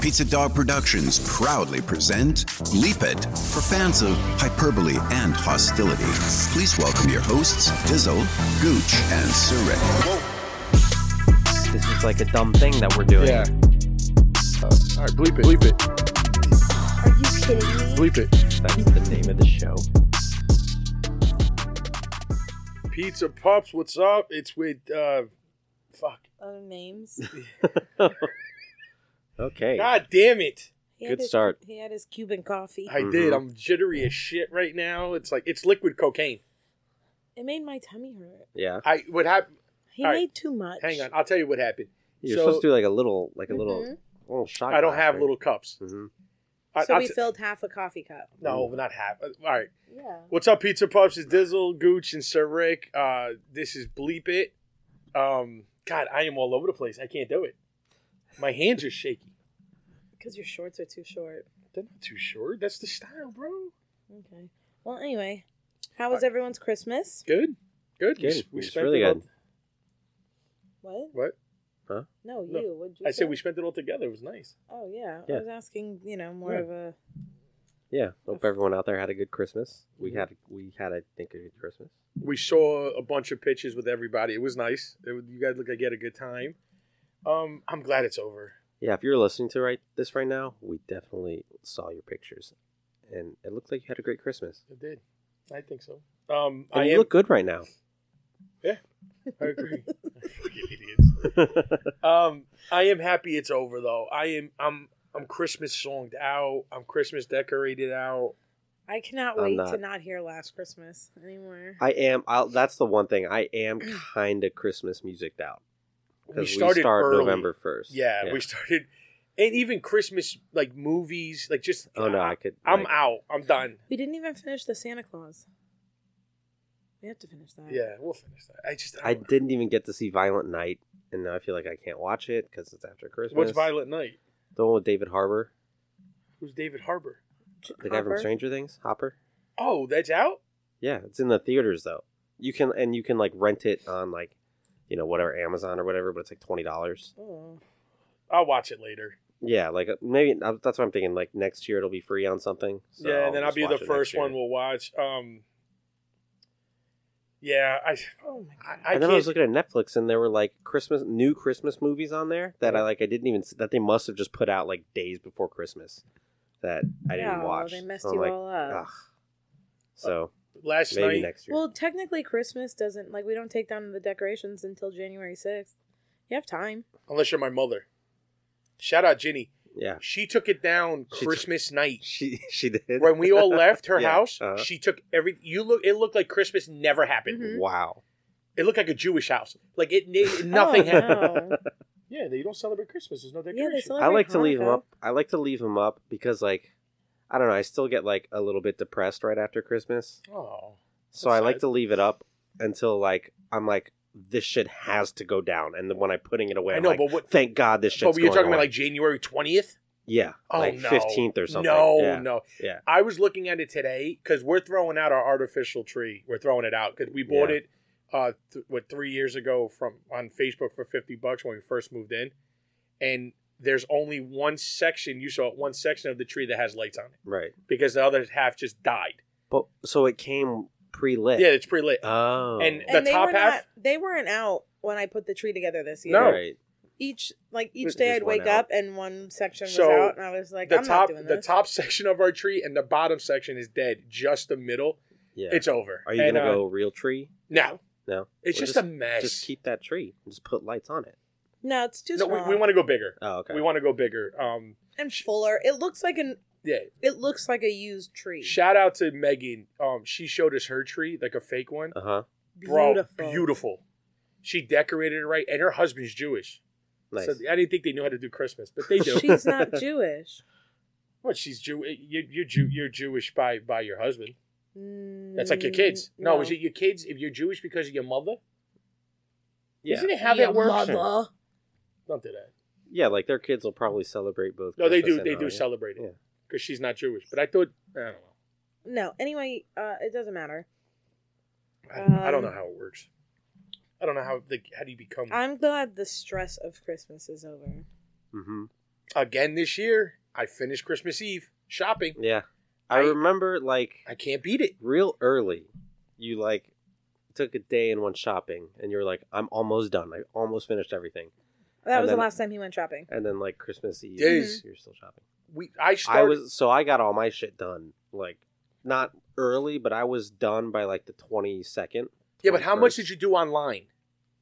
Pizza Dog Productions proudly present Bleep It for fans of hyperbole and hostility. Please welcome your hosts, Dizzle, Gooch, and Surik. This is like a dumb thing that we're doing. Yeah. Uh, all right, bleep it. Bleep it. Are you kidding me? Bleep it. That's the name of the show. Pizza Pups, what's up? It's with, uh, fuck. Other names. Okay. God damn it. Mm-hmm. He Good had his- start. He had his Cuban coffee. I did. I'm jittery as shit right now. It's like, it's liquid cocaine. It made my tummy hurt. Yeah. I, what happened? He All right. made too much. Hang on. I'll tell you what happened. You're So- supposed to do like a little, like a little, Mhm. little shot. I don't have little cups. hmm I, So I'll we t- filled half a coffee cup. Mm-hmm. no, not half. All right. Yeah. What's up, Pizza Pups? It's Dizzle, Gooch, and Sir Rick. Uh, this is Bleep It. Um, God, I am all over the place. I can't do it. My hands are shaky. Because your shorts are too short. They're not too short. That's the style, bro. Okay. Well, anyway, how was everyone's Christmas? Good. Good. Good. We It's spent really it all- good. What? What? No, you. No. What'd you I say? said we spent it all together. It was nice. Oh yeah. Yeah. I was asking, you know, more Yeah. of a. Yeah. Hope everyone out there had a good Christmas. We Mm-hmm. had, we had, I think, a good Christmas. We saw a bunch of pitches with everybody. It was nice. It, was- you guys look like you had a good time. Um, I'm glad it's over. Yeah. If you're listening to right this right now, we definitely saw your pictures, and it looked like you had a great Christmas. It did. I think so. Um, And I you am. look good right now. I agree. Fucking idiots. Um, I am happy it's over though. I am. I'm. I'm Christmas songed out. I'm Christmas decorated out. I cannot I'm wait to not- not hear Last Christmas anymore. I am. I'll, that's the one thing. I am kind of Christmas music out. 'Cause We started start early. November first. Yeah, we started, and even Christmas like movies, like just. Oh no, I could. I'm like, out. I'm done. We didn't even finish the Santa Claus. We have to finish that. Yeah, we'll finish that. I just. I don't- didn't even get to see Violent Night, and now I feel like I can't watch it because it's after Christmas. What's Violet Night? The one with David Harbour, Who's David Harbour? the guy from Hopper. Stranger Things, Hopper. Oh, that's out. Yeah, it's in the theaters though. You can and you can like rent it on like, you know, whatever Amazon or whatever, but it's like twenty dollars. Oh. I'll watch it later. Yeah, like uh, maybe uh, that's what I'm thinking. Like next year it'll be free on something. So yeah, and then I'll just be watch the it next first year. one we'll watch. Um. Yeah, I. Oh my I, I god. and can't. then I was looking at Netflix, and there were like Christmas, new Christmas movies on there that I like. I didn't even that they must have just put out like days before Christmas that I didn't No, watch. They messed So I'm you like, "Ah, all Uh, up. Ugh. So last maybe night. next year. Well, technically, Christmas doesn't like we don't take down the decorations until January sixth. You have time. Unless you're my mother. Shout out Ginny. yeah, She took it down She took- Christmas night. she she did. When we all left her Yeah, house, uh-huh. she took every. You look. It looked like Christmas never happened. Mhm. wow. It looked like a Jewish house. Like it. it nothing Oh, happened. no. Yeah, they don't celebrate Christmas. There's no yeah, they celebrate. I like to leave them Hanukkah. up. I like to leave them up because like I don't know. I still get like a little bit depressed right after Christmas, oh. so That's I like sad. to leave it up until like I'm like this shit has to go down, and then when I'm putting it away, I I'm know, like, but what? thank God this shit's But you're going talking away. about like January twentieth. Yeah, Oh, like no. fifteenth or something. No, yeah. no. Yeah. I was looking at it today because we're throwing out our artificial tree. We're throwing it out because we bought Yeah. it, uh, th- what three years ago from on Facebook for fifty bucks when we first moved in, and there's only one section you saw one section of the tree that has lights on it Right, because the other half just died. but so it came pre-lit. Yeah, it's pretty lit. Oh, And- And the they top were half? Not, they weren't out when I put the tree together this year. No. right. Each like each Just day I'd one wake out. up and one section was So, out, and I was like, the I'm top not doing the this. top section of our tree and the bottom section is dead. Just the middle, Yeah. it's over. Are you And, gonna uh, go real tree? No, No. it's Well, just, a mess. Just keep that tree. and Just put lights on it. No, it's too no, we, small. we want to go bigger. Oh, okay. We want to go bigger. Um, and fuller. It looks like an yeah. it looks like a used tree. Shout out to Megan. Um, she showed us her tree, like a fake one. Uh huh. Bro, beautiful. She decorated it right, and her husband's Jewish. Nice. So I didn't think they knew how to do Christmas, but they do. She's not Jewish. what? She's Jew. You, you're Jew. You're Jewish by by your husband. That's That's like your kids. Mm, Mm, No, is it your kids? If you're Jewish because of your mother, yeah. isn't it how that works? Don't do that. Yeah, like their kids will probably celebrate both. No, they Christmas do. and They do Hanukkah. celebrate Yeah. it because she's not Jewish. But I thought I don't know. No. Anyway, uh, it doesn't matter. I, don't- I don't Um, know how it works. Mm. I don't know how. Like, how do you become? I'm glad the stress of Christmas is over. Mhm. Again this year, I finished Christmas Eve shopping. Yeah. I, I- remember like I can't beat it. real early, you like took a day and went shopping and you were like, I'm almost done. I almost finished everything. That And was the then- last time he went shopping. And then like Christmas Eve, Days. you're still shopping. We I I started was so I got all my shit done like not early, but I was done by like the 22nd. Yeah, but how much 21st. did you do online?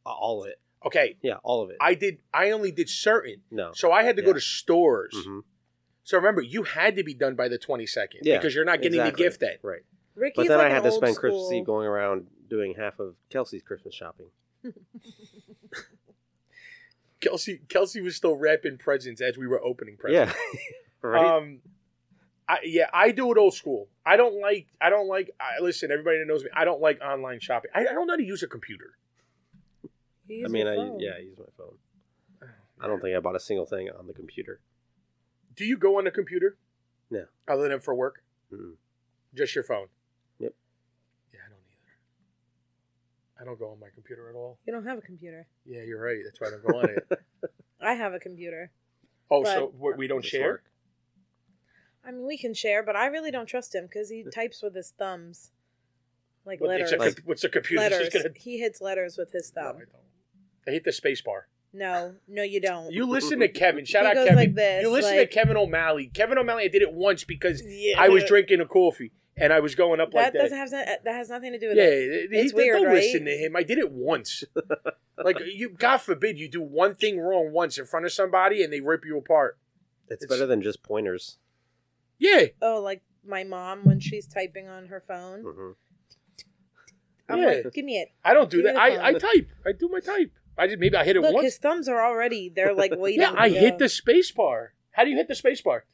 All of it. Okay, Yeah, all of it. I did I only did certain. no. So I had to go Oh, Yeah. to stores. Mhm. So remember, you had to be done by the 22nd Yeah, because you're not getting exactly. the gift then. Right. But Ricky's then like I had an to old spend school. Christmas Eve going around doing half of Kelsey's Christmas shopping. Kelsey Kelsey was still wrapping presents as we were opening presents. Yeah. right. Um, I, yeah, I do it old school. I don't like. I don't like. I, listen, everybody that knows me, I don't like online shopping. I, I don't know how to use a computer. He used I mean, his I phone. yeah, I use my phone. Oh, I don't think I bought a single thing on the computer. Do you go on a computer? No. Other than for work, Mm. just your phone. Yep. Yeah, I don't either. I don't go on my computer at all. You don't have a computer. Yeah, you're right. That's why I don't go on it. I have a computer. Oh, But- so what, we don't Just share. work. I mean, we can share, but I really don't trust him because he types with his thumbs, like What- letters. it's a com- what's a computer? It's letters. just gonna. He hits letters with his No, I, thumb. don't. I hate the space bar. No, no, you don't. You listen to Kevin. Shout He out goes Kevin. like this, you listen like- to Kevin O'Malley. Kevin O'Malley. I did it once because Yeah. I was drinking a coffee and I was going up like That that. doesn't have uh, that has nothing to do with yeah, it. he- It's he- weird, don't right? listen to him. I did it once. like you, God forbid, you do one thing wrong once in front of somebody and they rip you apart. It's, It's- better than just pointers. Yeah, Oh, like my mom when she's typing on her phone. Mhm. I'm Yeah. like, give me it. I don't do Give me that. the I, I phone. type. I do my type. I just maybe I hit it Look, his once. thumbs are already they're like waiting. Yeah, I to hit go. the space bar. How do you hit the space bar?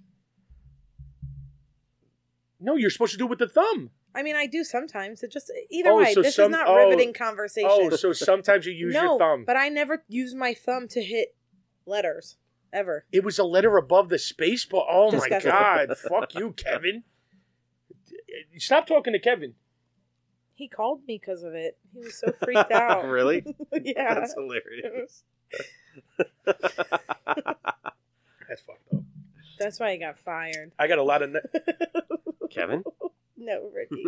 No, you're supposed to do it with the thumb. I mean, I do sometimes. It just either Oh, way, so this some- is not oh. riveting conversation. Oh, so sometimes you use no, your thumb. but I never use my thumb to hit letters ever. It was a letter above the space bar. Oh my Disgusting. god! Fuck you, Kevin. Stop talking to Kevin. He called me because of it. He was so freaked out. really? yeah. That's hilarious. That's fucked up. That's why he got fired. I got a lot of ne- Kevin? No, Ricky.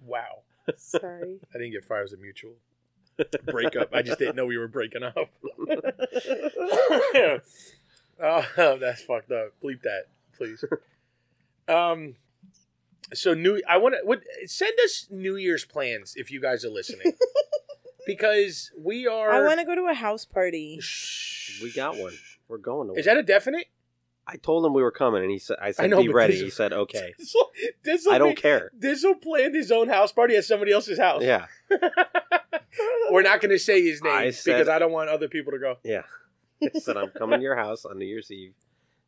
wow. Sorry. I didn't get fired. It was a mutual breakup. I just didn't know we were breaking up. oh, that's fucked up. Bleep that, please. Um. So new. I want to would send us New Year's plans if you guys are listening, because we are. I want to go to a house party. We got one. We're going to Is one. that a definite? I told him we were coming and he said I said know, be but ready. this- He said okay. This I don't care. Dizzle planned his own house party at somebody else's house. Yeah. We're not going to say his name I said- because I don't want other people to go. Yeah. I said I'm coming to your house on New Year's Eve.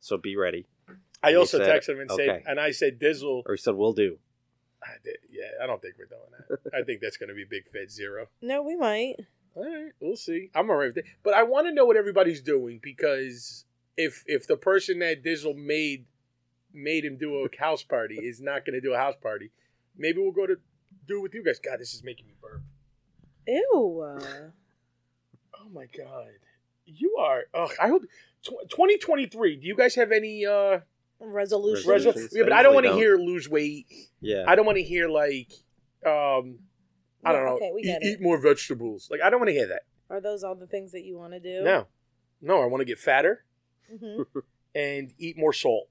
So be ready. I He also said, texted him and said, "Okay." and I said, Dizzle. Or he said we'll do. I did- yeah, I don't think we're doing that. I think that's going to be big fed zero. no, we might. All right, we'll see. I'm all right with it. But I want to know what everybody's doing because if if the person that Dizzle made made him do a house party is not going to do a house party, maybe we'll go to do it with you guys. God, this is making me burp. Ew. uh, Oh my god, you are. Ugh, I hope tw- 2023. Do you guys have any uh? Resolution. Resolution. Resol- Resolutions? yeah, but I I don't usually want to don't. hear lose weight. Yeah. I don't want to hear like, um, I don't Yeah, know. E- Okay, we eat, get eat it. more vegetables. Like I don't want to hear that. Are those all the things that you want to do? No, no, I want to get fatter hmm and eat more salt.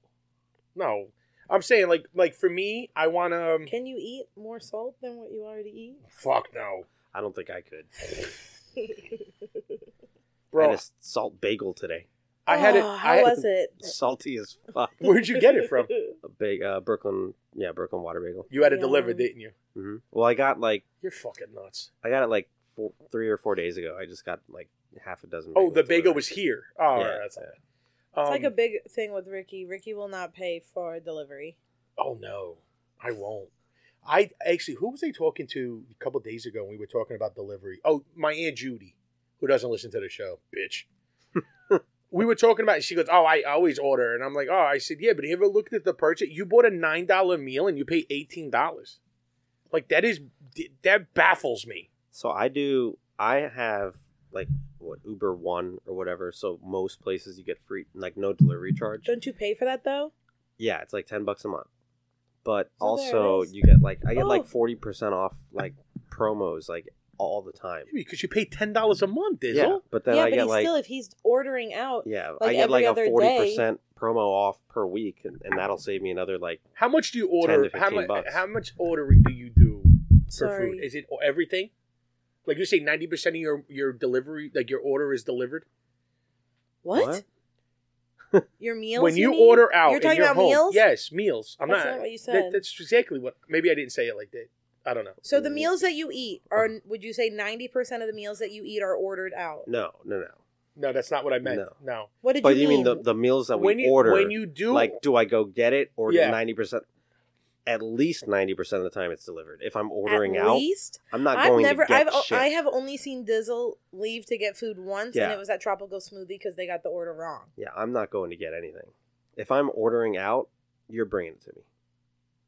No, I'm saying like like for me, I want to. Can you eat more salt than what you already eat? Fuck no, I don't think I could. I bro. I, had a salt bagel today. had it. Oh, I How had- was it? Eh. Salty as fuck. Where'd you get it from? A big uh, Brooklyn, yeah, Brooklyn water bagel. You had it Yeah. delivered, didn't you? hmm Well, I got like You're fucking nuts. I got it like four, three or four days ago. I just got like half a dozen. Oh, bagels the bagel delivered. was here. Oh, all Yeah, right, that's not yeah. bad. It's Um, like a big thing with Ricky. Ricky will not pay for delivery. Oh no, I won't. I actually, who was I talking to a couple days ago when we were talking about delivery? Oh, my aunt Judy, who doesn't listen to the show, bitch. we were talking about. She goes, "Oh, I always order," and I'm like, "Oh," I said, "Yeah, but have you ever looked at the purchase? You bought a nine dollar meal and you pay eighteen dollars. Like that is that baffles me. So I do. I have like what Uber One or whatever. So most places you get free, like no delivery charge. Don't you pay for that though? Yeah, it's like ten bucks a month. But So also there it is. you get like I get like Oh. forty percent off like promos like all the time. because you pay ten dollars a month, Dizzle. Yeah, but then yeah, I but get he's like still if he's ordering out. yeah, like, I get every like a other forty day- percent promo off per week, and, and that'll save me another like How much do you 10 order? to How 15 much? bucks. How much ordering do you do for Sorry. food? Is it everything? Like you say, ninety percent of your your delivery, like your order is delivered. What? Your meals. when you, mean? order out, you're talking in your about home, meals. Yes, meals. I'm That's not. not what you that- said. that's exactly what. Maybe I didn't say it like that. I don't know. So the meals that you eat are, would you say, ninety percent of the meals that you eat are ordered out? no no no. No, that's not what I meant. No. No. What did But you, you mean mean? the, the meals that we when you order? when you do like do I go get it or Yeah. ninety percent? At least ninety percent of the time it's delivered. If I'm ordering At out, least I'm not I've going never. to get I've o- shit. I have only seen Dizzle leave to get food once, and Yeah. it was at Tropical Smoothie because they got the order wrong. yeah, I'm not going to get anything. If I'm ordering out, you're bringing it to me.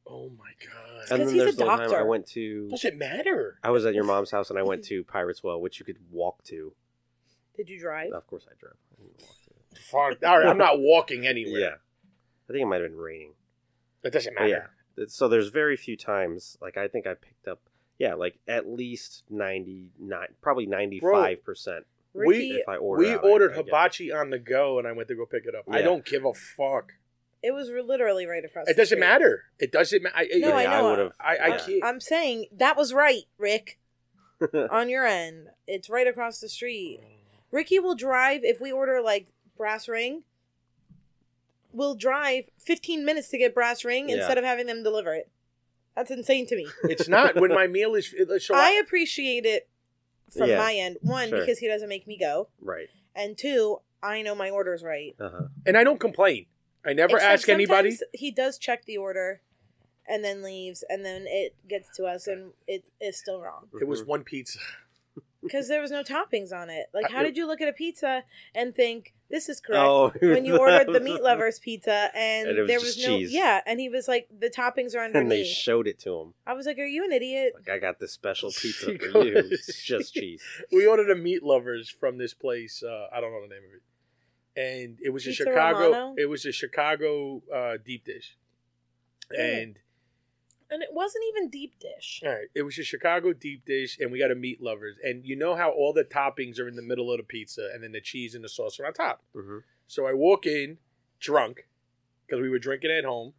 Oh my god. That's And then 'cause he's a there's the time I doctor. went to. Does it matter? I was at your mom's house and I went to Pirates Well, which you could walk to. Did you drive? Of course, I drove. I didn't walk to it. Fuck. All right, I'm not walking anywhere. Yeah, I think it might have been raining. It doesn't But matter. Yeah. It's- So there's very few times like I think I picked up yeah like at least ninety nine probably ninety five percent We- Ricky, if I order. We out, I- ordered I get- hibachi on the go, and I went to go pick it up. I Yeah. don't give a fuck. it was re- literally right across. It the doesn't street. matter. It doesn't matter. No, I know. would've- I- I I'm, yeah. can't- I'm saying that was right, Rick. on your end, it's right across the street. Ricky will drive if we order like brass ring. We'll drive 15 minutes to get brass ring Yeah. instead of having them deliver it. That's insane to me. It's not when my meal is. it- So I I, appreciate it from Yeah. my end. One, Sure. because he doesn't make me go, right. and two, I know my order's right. Uh huh. and I don't complain. I never Except ask anybody. sometimes He does check the order, and then leaves, and then it gets to us, and it is still wrong It was one pizza. because there was no toppings on it. Like, I- how did you look at a pizza and think this is correct? Oh, when you ordered the meat lovers pizza and, And it was there just was no cheese. yeah and he was like the toppings are and they underneath showed it to him. i was like are you an idiot Like I got this special pizza She for goes- you. It's just cheese. We ordered a meat lovers from this place. Uh, I don't know the name of it. And it was Pizza a Chicago. Romano? It was a Chicago uh, deep dish. Mm. And and it wasn't even deep dish all right, it was a Chicago deep dish, and we got a meat lovers. And you know how all the toppings are in the middle of the pizza, and then the cheese and the sauce are on top. hmm So I walk in drunk because we were drinking at home.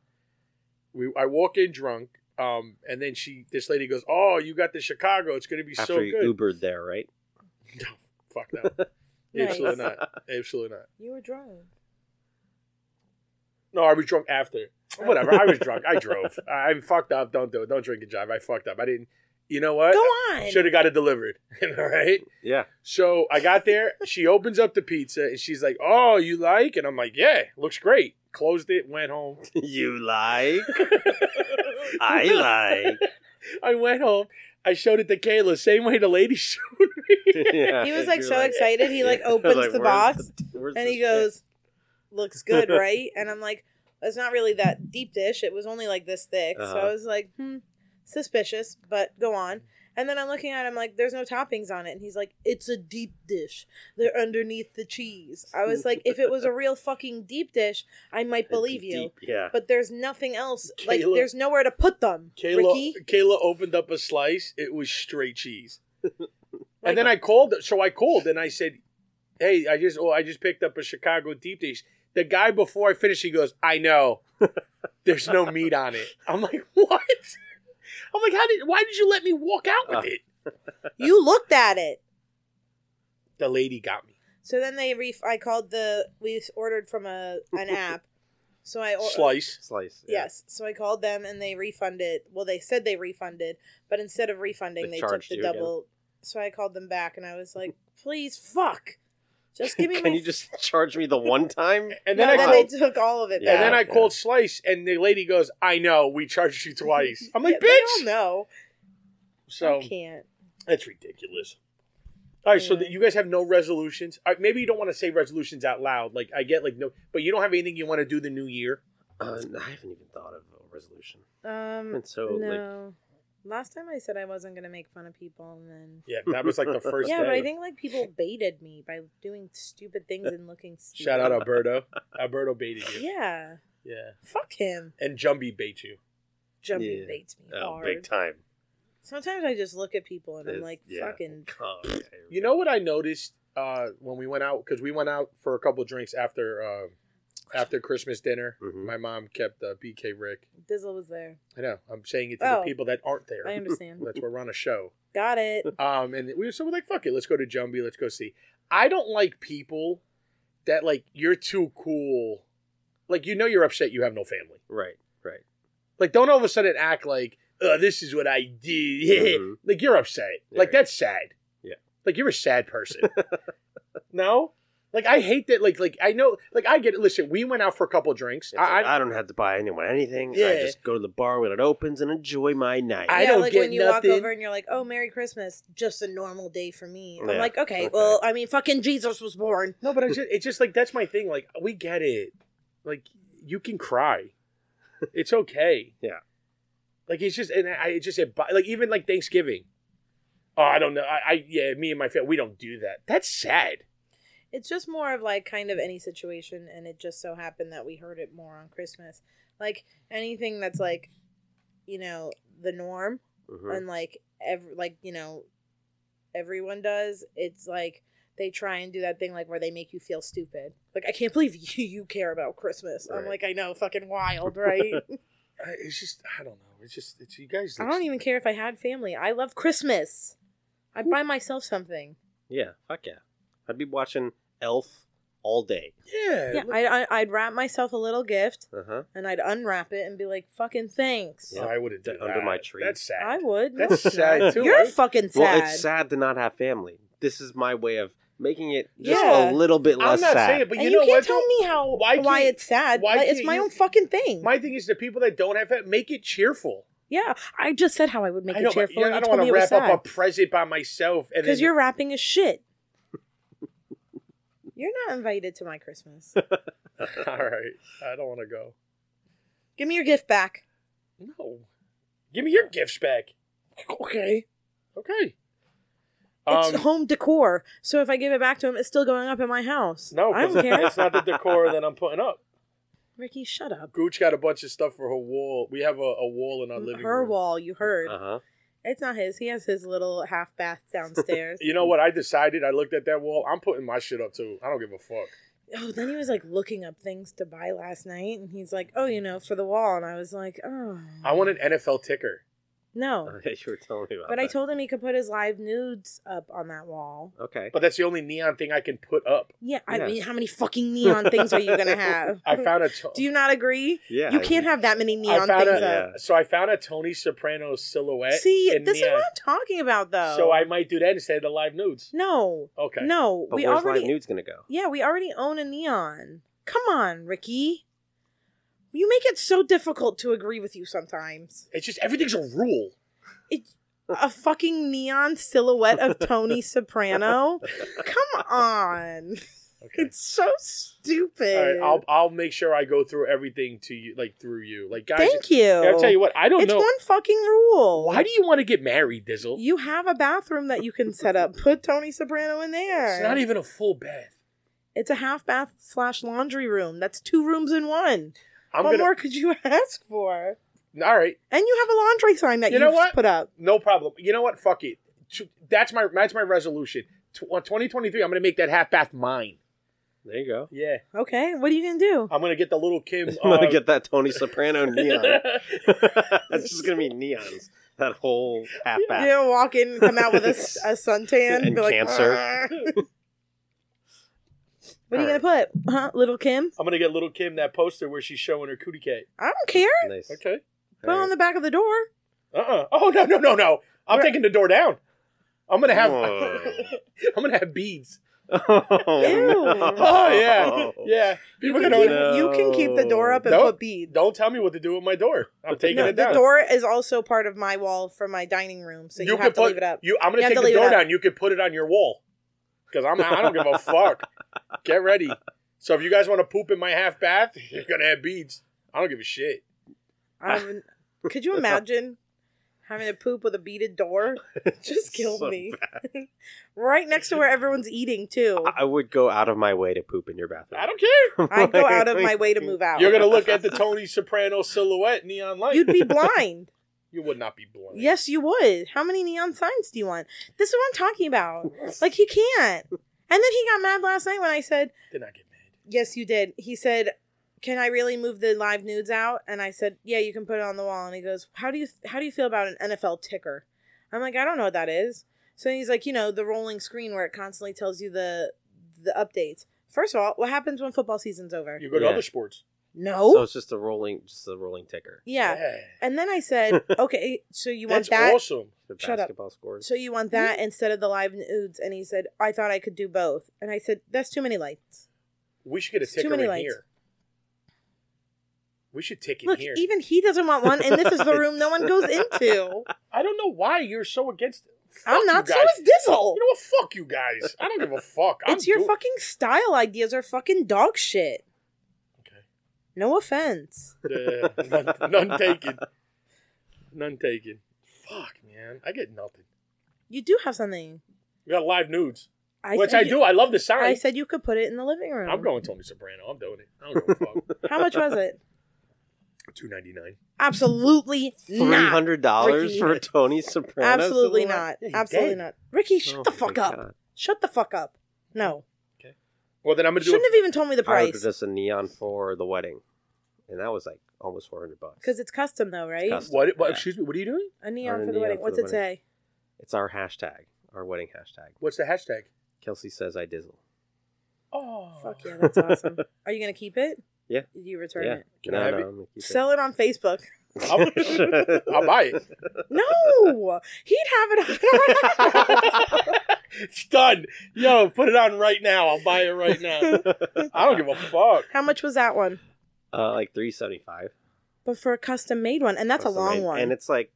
We I walk in drunk, um, and then she this lady goes, "Oh, you got the Chicago. It's gonna be After so you good." Ubered there, right? No, fuck no, Nice. absolutely not, absolutely not. you were drunk No, I was drunk after. Whatever, I was drunk. I drove. I, I'm fucked up. Don't do it. Don't drink and drive. I fucked up. I didn't. You know what? go on Uh, Should have got it delivered. All right. Yeah. So I got there. She opens up the pizza and she's like, "Oh, you like?" And I'm like, "Yeah, looks great." Closed it. Went home. you like. I I went home. I showed it to Kayla, same way the lady showed me. like. Yeah. he was like You're so excited he like Yeah. I was opens like, the "Where's box where's and this he shit?" goes looks good right and i'm like it's not really that deep dish it was only like this thick so Uh-huh. i was like hmm suspicious but go on and then i'm looking at him like there's no toppings on it and he's like it's a deep dish they're underneath the cheese i was like if it was a real fucking deep dish i might believe you Deep, Yeah. but there's nothing else like Kayla- there's nowhere to put them Kayla, ricky Kayla opened up a slice. It was straight cheese. Like- and then I called. So I called and I said, "Hey, I just oh, I just picked up a Chicago deep dish." The guy before I finished, he goes, "I know. There's no meat on it." I'm like, "What?" I'm like, "How did? Why did you let me walk out with Uh. it?" you looked at it The lady got me. so then they ref- i called the we ordered from a an app so i or- Slice. Slice. yeah. Yes. So I called them and they refunded. Well, they said they refunded, but instead of refunding, They they, took charged the you again. double. So I called them back and I was like, please, fuck. Just give me my. Can you just charge me the one time? And No, then then, I called. they took all of it Yeah. and then I back. called Slice, and the lady goes, "I know. We charged you twice." I'm like, They all "Bitch." know. So I can't. That's ridiculous. All right, so Yeah. that you guys have no resolutions. All right, maybe you don't want to say resolutions out loud. Like I get, like no, but you don't have anything you want to do the new year. Uh, I haven't even thought of a resolution. Um, And so, like, no. Last time I said I wasn't gonna make fun of people, and then Yeah, that was like the first yeah, but day. I think like people baited me by doing stupid things and looking stupid. Shout out Alberto. Alberto baited you. Yeah, Yeah. fuck him. And Jumby bait you. Jumping Yeah. baits me Oh, hard. big time. Sometimes I just look at people and I'm It's- like, yeah. fucking Oh, okay. You know what I noticed uh, when we went out because we went out for a couple drinks after um after Christmas dinner. Mhm. My mom kept uh, BK Rick. Dizzle was there. I know I'm saying it to Oh. the people that aren't I there. understand. That's where we're on a show. Got it. Um, and we were so we're like, fuck it, let's go to Jumby, let's go see. I don't like people that like you're too cool. Like you know you're upset you have no family. Right, right. Like don't all of a sudden act like, oh, this is what I did. Mhm. Like you're upset. Yeah, like right. that's sad. Yeah. Like you're a sad person. no? Like I hate that like like I know like I get it. Listen, we went out for a couple drinks. It's like, I, I, I, don't have to buy anyone anything. I Yeah. just go to the bar when it opens and enjoy my night. I yeah, don't like get when you nothing. walk over and you're like, "Oh, Merry Christmas," just a normal day for me. I'm Yeah. like, okay, Okay. well, I mean, fucking Jesus was born. No, but I just, it's just like that's my thing. Like we get it. Like you can cry. It's okay. Yeah. Like it's just and I it just it, bo- like even like Thanksgiving. Oh, I don't know. I, I yeah, me and my family we don't do that. That's sad. It's just more of like kind of any situation, and it just so happened that we heard it more on Christmas. Like anything that's like, you know, the norm, Mhm. and like every like you know, everyone does. It's like they try and do that thing like where they make you feel stupid. Like I can't believe you, you care about Christmas. I'm Right. like I know, fucking wild, right? I, it's just I don't know. It's just it's you guys. I don't even care if I had family. I love Christmas. I'd buy myself something. Yeah, fuck yeah. I'd be watching Elf all day. Yeah. Yeah, look- I, I, I'd wrap myself a little gift Uh huh. and I'd unwrap it and be like, fucking thanks. Yeah. I wouldn't do Under that. my tree. That's sad. I would. No, That's I'm sad, not. too, You're right? fucking sad. Well, it's sad to not have family. This is my way of making it just a Yeah. little bit less I'm not sad. saying it, but And you you, know can't what? tell though? me how Why why, can't- it's sad. why Like, it's can't my you- own fucking thing. My thing is the people that don't have it make it cheerful. yeah, I just said how I would make I, it know, but, cheerful. yeah, and I you don't told want me to it was wrap sad. up a present by myself and Because then your wrapping is shit. You're not invited to my Christmas. All right. I don't want to go. Give me your gift back. No. Give me your gifts back. Okay. Okay. It's Um, home decor. So if I give it back to him, it's still going up in my house. no, I don't 'cause care. That's not the decor that I'm putting up. Ricky, shut up. Gooch got a bunch of stuff for her wall. We have a, a wall in our living Her room. wall, you heard. Uh huh. It's not his. He has his little half bath downstairs. You know what? I decided. I looked at that wall. I'm putting my shit up too. I don't give a fuck. oh, then he was like looking up things to buy last night, and he's like, "Oh, you know, for the wall." And I was like, "Oh, I want an NFL ticker. no." Okay, you were telling me about But I that. told him he could put his live nudes up on that wall. Okay. But that's the only neon thing I can put up. Yeah, I Yeah. mean, how many fucking neon things are you gonna have? I found a. To- Do you not agree? Yeah. you can't have that many I neon found things a, up. So I found a Tony Soprano silhouette. See, in this is neon. what I'm talking about, though. So I might do that instead of the live nudes. no, Okay. no, But we where's already Live Nude's gonna go? Yeah, we already own a neon. Come on, Ricky. You make it so difficult to agree with you sometimes. It's just everything's a rule. It, a fucking neon silhouette of Tony Soprano. Come on. Okay. It's so All stupid. right, I'll I'll make sure I go through everything to you, like through you, like guys. Thank you. I'll tell you what, I don't it's know. one fucking rule. Why do you want to get married, Dizzle? you have a bathroom that you can set up? Put Tony Soprano in there. It's not even a full bath. It's a half bath slash laundry room. That's two rooms in one. I'm what gonna. more could you ask for? All right, And you have a laundry sign that You you know have what? put up. no problem. You know what? Fuck it. Tw- That's my that's my resolution. Tw- 2023, I'm gonna make that half bath mine. There you go. Yeah, Okay, what are you gonna do? I'm gonna get the little Kim. I'm uh, gonna get that Tony Soprano neon. That's just gonna be neons. That whole half You bath. know, walk in, and come out with a, s- a suntan, And be like, cancer. "Argh." what are you gonna put, huh, little Kim? I'm gonna get little Kim that poster where she's showing her cootie cat. I don't care. Nice. Okay. Put it on the back of the door. Uh. uh Oh no no no no! I'm taking the door down. I'm gonna have. Whoa. I'm gonna have beads. Oh, Ew. no. Oh yeah, yeah. You People can, gonna- keep, you can keep the door up and Nope. put beads. Don't tell me what to do with my door. I'm taking No, it the down. door is also part of my wall for my dining room, so you, have could to put, leave it up. You, I'm You gonna have take to the leave it door up. down. You could put it on your wall because I'm. I don't give a fuck. Get ready. So if you guys want to poop in my half bath, you're gonna have beads. I don't give a shit. I don't even- could you imagine Having to poop with a beaded door just killed So me. right next to where everyone's eating too. I I would go out of my way to poop in your bathroom. I don't care. I'd go out of my way to move out. You're gonna look at the Tony Soprano silhouette neon light. You'd be blind. You would not be blind. Yes, you would. How many neon signs do you want? This is what I'm talking about. Like he can't. And then he got mad last night when I said, Did not get mad. "Yes, you did." He said, "Can I really move the live nudes out?" And I said, "Yeah, you can put it on the wall." And he goes, "How do you how do you feel about an NFL ticker?" I'm like, "I don't know what that is." So he's like, "You know, the rolling screen where it constantly tells you the the updates." First of all, what happens when football season's over? You go to Yeah. other sports. No. So it's just a rolling, just a rolling ticker. yeah. And then I said, "Okay, so you want That's that?" awesome. Hmm? The Shut up. basketball scores. So you want that instead of the live nudes? And he said, I thought I could do both. And I said, That's too many lights. We should get a It's too ticker many in lights. here. We should tick it Look, here. even he doesn't want one, and this is the room no one goes into. I don't know why you're so against. Fuck I'm not. You So guys. is Dizzle. You know what? Fuck you guys. I don't give a fuck. I'm It's your doing- fucking style ideas are fucking dog shit. Okay. No offense. Uh, none, none taken. None taken. Fuck, man. I get nothing. You do have something. We got live nudes, I which said I you- do. I love the sign. I said you could put it in the living room. I'm going Tony Soprano. I'm doing it. I don't give a fuck. How much was it? Two ninety nine. Absolutely Three not. hundred dollars Ricky. for Tony Soprano. Absolutely silhouette? not. Yeah, you Absolutely did. not. Ricky, shut Oh the fuck my up. God. Shut the fuck up. No. Well, then I'm gonna do. Shouldn't A, have even told me the I ordered price. this in neon for the wedding, and that was like almost four hundred bucks. Because it's custom, though, right? custom. what, what? Yeah. Excuse me. What are you doing? A neon Or a for the neon wedding. for What's the it wedding. say? It's our hashtag, our wedding hashtag. What's the hashtag? Kelsey says I dizzle. Oh, Fuck yeah, that's awesome. Are you gonna keep it? Yeah. Did you return yeah. it? Can no, I have no, it? I'm gonna keep Sell it on Facebook. it. I'll buy it. No, he'd have it. On- it's done. Yo, put it on right now. I'll buy it right now. I don't give a fuck. How much was that one? uh, like three seventy five. But for a custom made one, and that's a long one. and it's like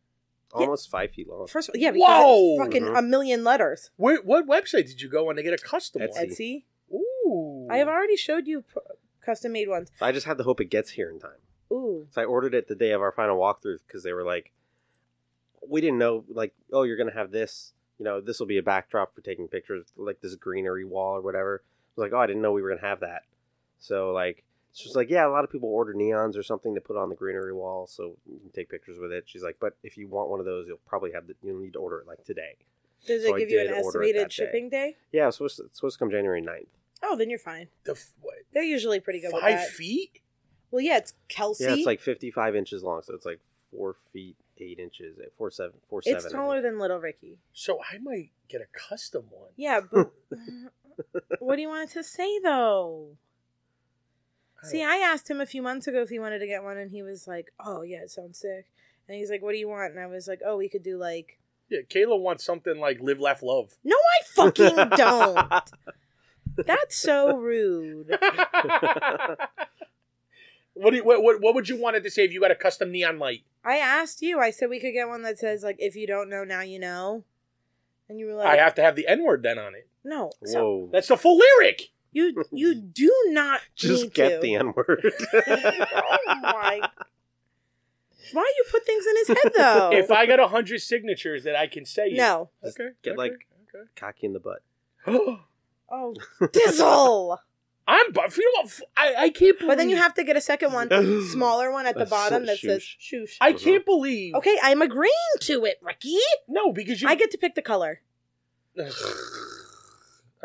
almost five feet long. First, of all- yeah, because Whoa! it's fucking Mhm. a million letters. Where, what website did you go on to get a custom Etsy. one? Etsy. Ooh, I have Mm. already showed you pr- custom made ones. I just had to hope it gets here in time. Ooh, So I ordered it the day of our final walkthrough because they were like, we didn't know, like, oh, you're gonna have this, you know, this will be a backdrop for taking pictures, like this greenery wall or whatever. I was like, oh, I didn't know we were gonna have that. So like, she's like, yeah, a lot of people order neons or something to put on the greenery wall, so you can take pictures with it. She's like, but if you want one of those, you'll probably have, the, you'll need to order it like today. does So it I give you an did order it that estimated day. shipping day? Yeah, it's supposed to, it's supposed to come January 9th. Oh, then you're fine. the f- what, They're usually pretty good with five that. feet. Well, yeah, it's Kelsey. Yeah, it's like 55 inches long, so it's like four feet eight inches, eh, four seven, four seven. it's I taller think. than Little Ricky. So I might get a custom one. Yeah, but what do you want it to say though? I See, I asked him a few months ago if he wanted to get one, and he was like, "Oh yeah, it sounds sick." And he's like, "What do you want?" And I was like, "Oh, we could do like." Yeah, Kayla wants something like live, laugh, love. No, I fucking don't. That's so rude. what, do you, what what what would you want it to say if you got a custom neon light? I asked you. I said we could get one that says like, "If you don't know, now you know." And you were like, I have to have the N word then on it. "No, so Whoa. That's the full lyric. you you do not just need get to. the N word. oh my! Why you put things in his head though? If I got hundred signatures that I can say, it. Oh. no. Okay. Get okay, like- Cocky in the butt. okay. Oh, Dizzle! I'm. But you know what? F- I, I can't. Believe, But then you have to get a second one, smaller one at the That's bottom so that says shoosh. shoosh. I can't believe. okay, I'm agreeing to it, Ricky. No, because you. I get to pick the color. all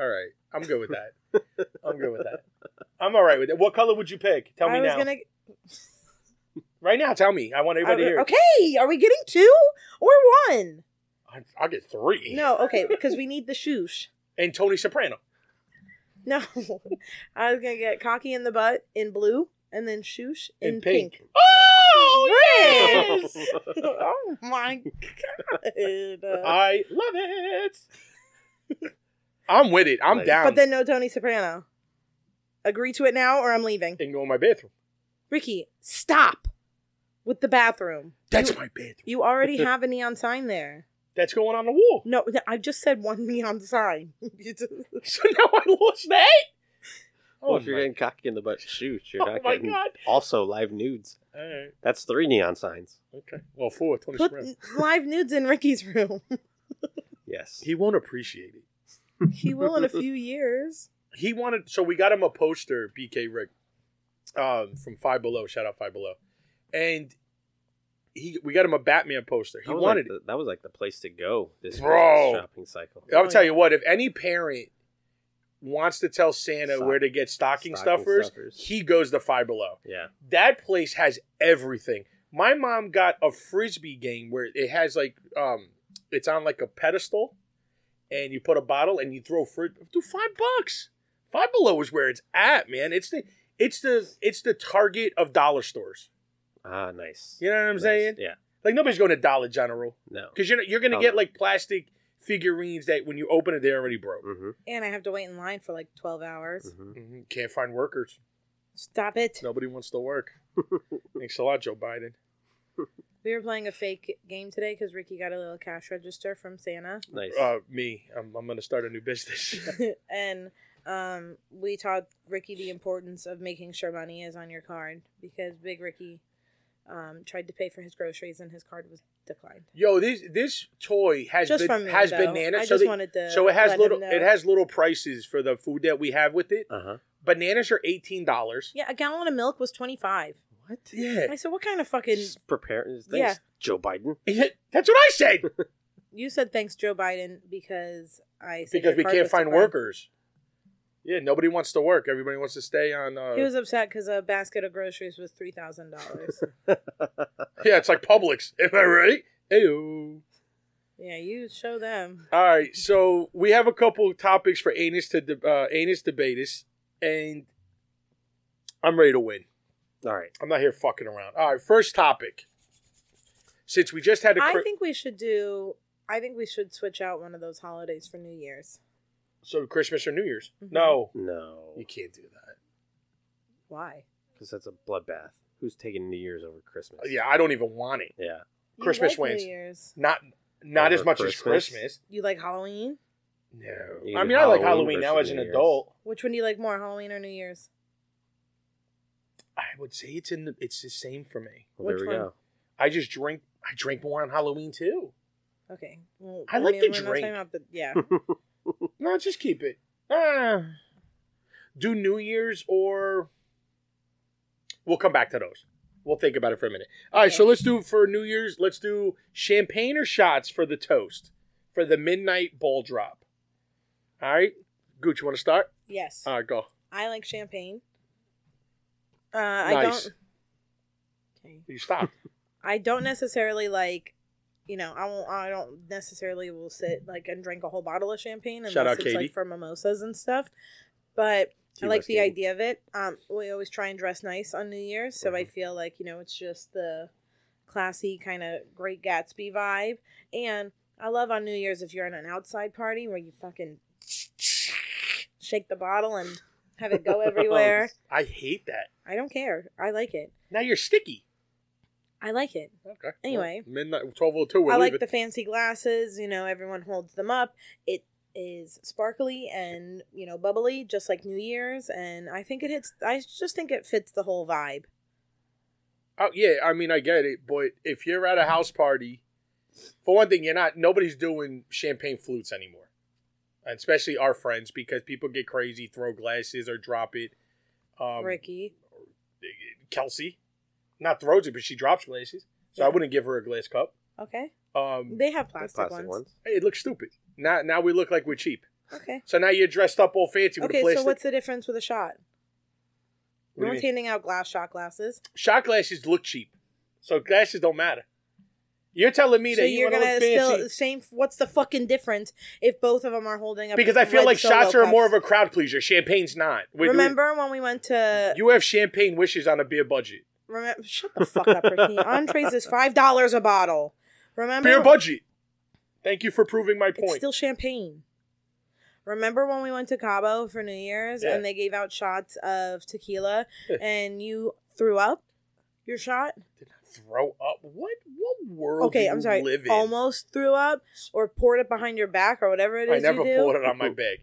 right. I'm good with that. I'm good with that. I'm all right with it. What color would you pick? Tell me I was now. gonna. Right now, tell me. I want I everybody was- here. okay, are we getting two or one? I, I'll get three. No, okay, because we need the shoosh. And Tony Soprano. No, I was gonna get cocky in the butt in blue, and then shoosh in, And pink. pink. Oh yes! oh my god! I love it. I'm with it. I'm Like- down. But then no Tony Soprano. Agree to it now, or I'm leaving. and go in my bathroom. Ricky, stop with the bathroom. That's my bathroom. You already have a neon sign there. That's going on the wall. No, no, I just said one neon sign. So now I lost that. well, if you're getting cocky in the butt, shoot, you're oh not my getting god! also live nudes. All right, That's three neon signs. okay. Well, four, Tony Put Smith. live nudes in Ricky's room. Yes. He won't appreciate it. he will in a few years. he wanted so we got him a poster bk rick um from five below shout out five below and he we got him a batman poster he That was wanted like the, that was like the place to go this Bro. Christmas shopping cycle. it i'll tell Oh, you what if any parent wants to tell santa Stock- where to get stocking, stocking stuffers, stuffers. he goes to five below Yeah. that place has everything my mom got a frisbee game where it has like um it's on like a pedestal and you put a bottle and you throw fruit. Do five bucks. Five below is where it's at, man. It's the it's the it's the target of dollar stores. Ah, nice. You know what I'm Nice. saying? Yeah. Like nobody's going to Dollar General No. because you're you're gonna Oh, get no. like plastic figurines that when you open it they're already broke. Mm-hmm. And I have to wait in line for like 12 hours. hmm Mhm. Can't find workers. Stop it. Nobody wants to work. Thanks a lot, Joe Biden. We were playing a fake game today because Ricky got a little cash register from Santa. Nice. Uh, me, I'm, I'm gonna start a new business. and um, we taught Ricky the importance of making sure money is on your card because Big Ricky um, tried to pay for his groceries and his card was declined. Yo, this this toy has Just ba- from me, has though. bananas. I so just they- wanted to So it has let little him know. it has little prices for the food that we have with it. uh huh. Bananas are eighteen dollars. Yeah, a gallon of milk was 25. What? Yeah. I said, what kind of fucking. Preparing. Thanks, Yeah. Joe Biden. Yeah, That's what I said. You said thanks, Joe Biden, because I said. your because we card can't was find declined. workers. Yeah, nobody wants to work. Everybody wants to stay on. Uh, He was upset because a basket of groceries was $3,000. yeah, it's like Publix. Am I right? Ew. yeah, you show them. All right, so we have a couple of topics for anus to de- uh, anus debatus, and I'm ready to win. All right. I'm not here fucking around. All right, first topic. Since we just had a I cri- think we should do. I think we should switch out one of those holidays for New Year's. so Christmas or New Year's? Mhm. No, No. you can't do that. Why? Because that's a bloodbath. Who's taking New Year's over Christmas? Yeah, I don't even want it. Yeah. You Christmas like wins. New Year's. Not not Over as much Christmas? as Christmas. You like Halloween? No, You I do mean I Halloween like Halloween now versus as an New Year's. adult. Which one do you like more, Halloween or New Year's? I would say it's in the, it's the same for me. Well, Which there we one? go. I just drink I drink more on Halloween too. Okay. Well, I like the we're not talking drink. about the- yeah. No, just keep it. Ah. Do New Year's or we'll come back to those. We'll think about it for a minute. All right, so Okay. let's do for New Year's. Let's do champagne or shots for the toast for the midnight ball drop. All right, Gooch, you want to start? yes. All right, go. I like champagne. Uh, I nice. don't. Okay. You stop. I don't necessarily like. You know, I won't. I don't necessarily will sit like and drink a whole bottle of champagne unless Shout out it's Katie. like for mimosas and stuff. But I like the Tea idea of it. Um, we always try and dress nice on New Year's, so I Mm-hmm. feel like you know it's just the classy kind of Great Gatsby vibe. And I love on New Year's if you're at an outside party where you fucking shake the bottle and have it Oh, go everywhere. I hate that. I don't care. I like it. Now you're sticky. I like it. Okay. Anyway. Well, midnight twelve oh two. I like the fancy glasses. You know, everyone holds them up. It is sparkly and you know bubbly, just like New Year's. And I think it hits. I just think it fits the whole vibe. Oh yeah, I mean I get it, but if you're at a house party, for one thing, you're not nobody's doing champagne flutes anymore, and especially our friends because people get crazy, throw glasses or drop it. Um, Ricky, Kelsey, not throws it, but she drops glasses, so I Yeah. wouldn't give her a glass cup. okay, Um, they have The plastic, plastic ones. ones. hey, it looks stupid. Now, now we look like we're cheap. Okay, So now you're dressed up all fancy with a okay. plastic. So what's the difference with a shot? What do No you one's mean? handing out glass shot glasses. Shot glasses look cheap, so glasses don't matter. You're telling me so that you you're want to gonna look fancy. still same. What's the fucking difference if both of them are holding up? because I feel red like solo shots are cups? more of a crowd pleaser. Champagne's not. Wait, Remember when we went to? you have champagne wishes on a beer budget. remem- shut the fuck up, Ricky. Entrees is five dollars a bottle. Remember Beer budget. Thank you for proving my It's point. still champagne. Remember when we went to Cabo for New Year's Yeah. and they gave out shots of tequila and you threw up your shot? Throw up. What? What world? Okay, do I'm you sorry. Live in? Almost threw up or poured it behind your back or whatever it I is never you do. poured it on my bag.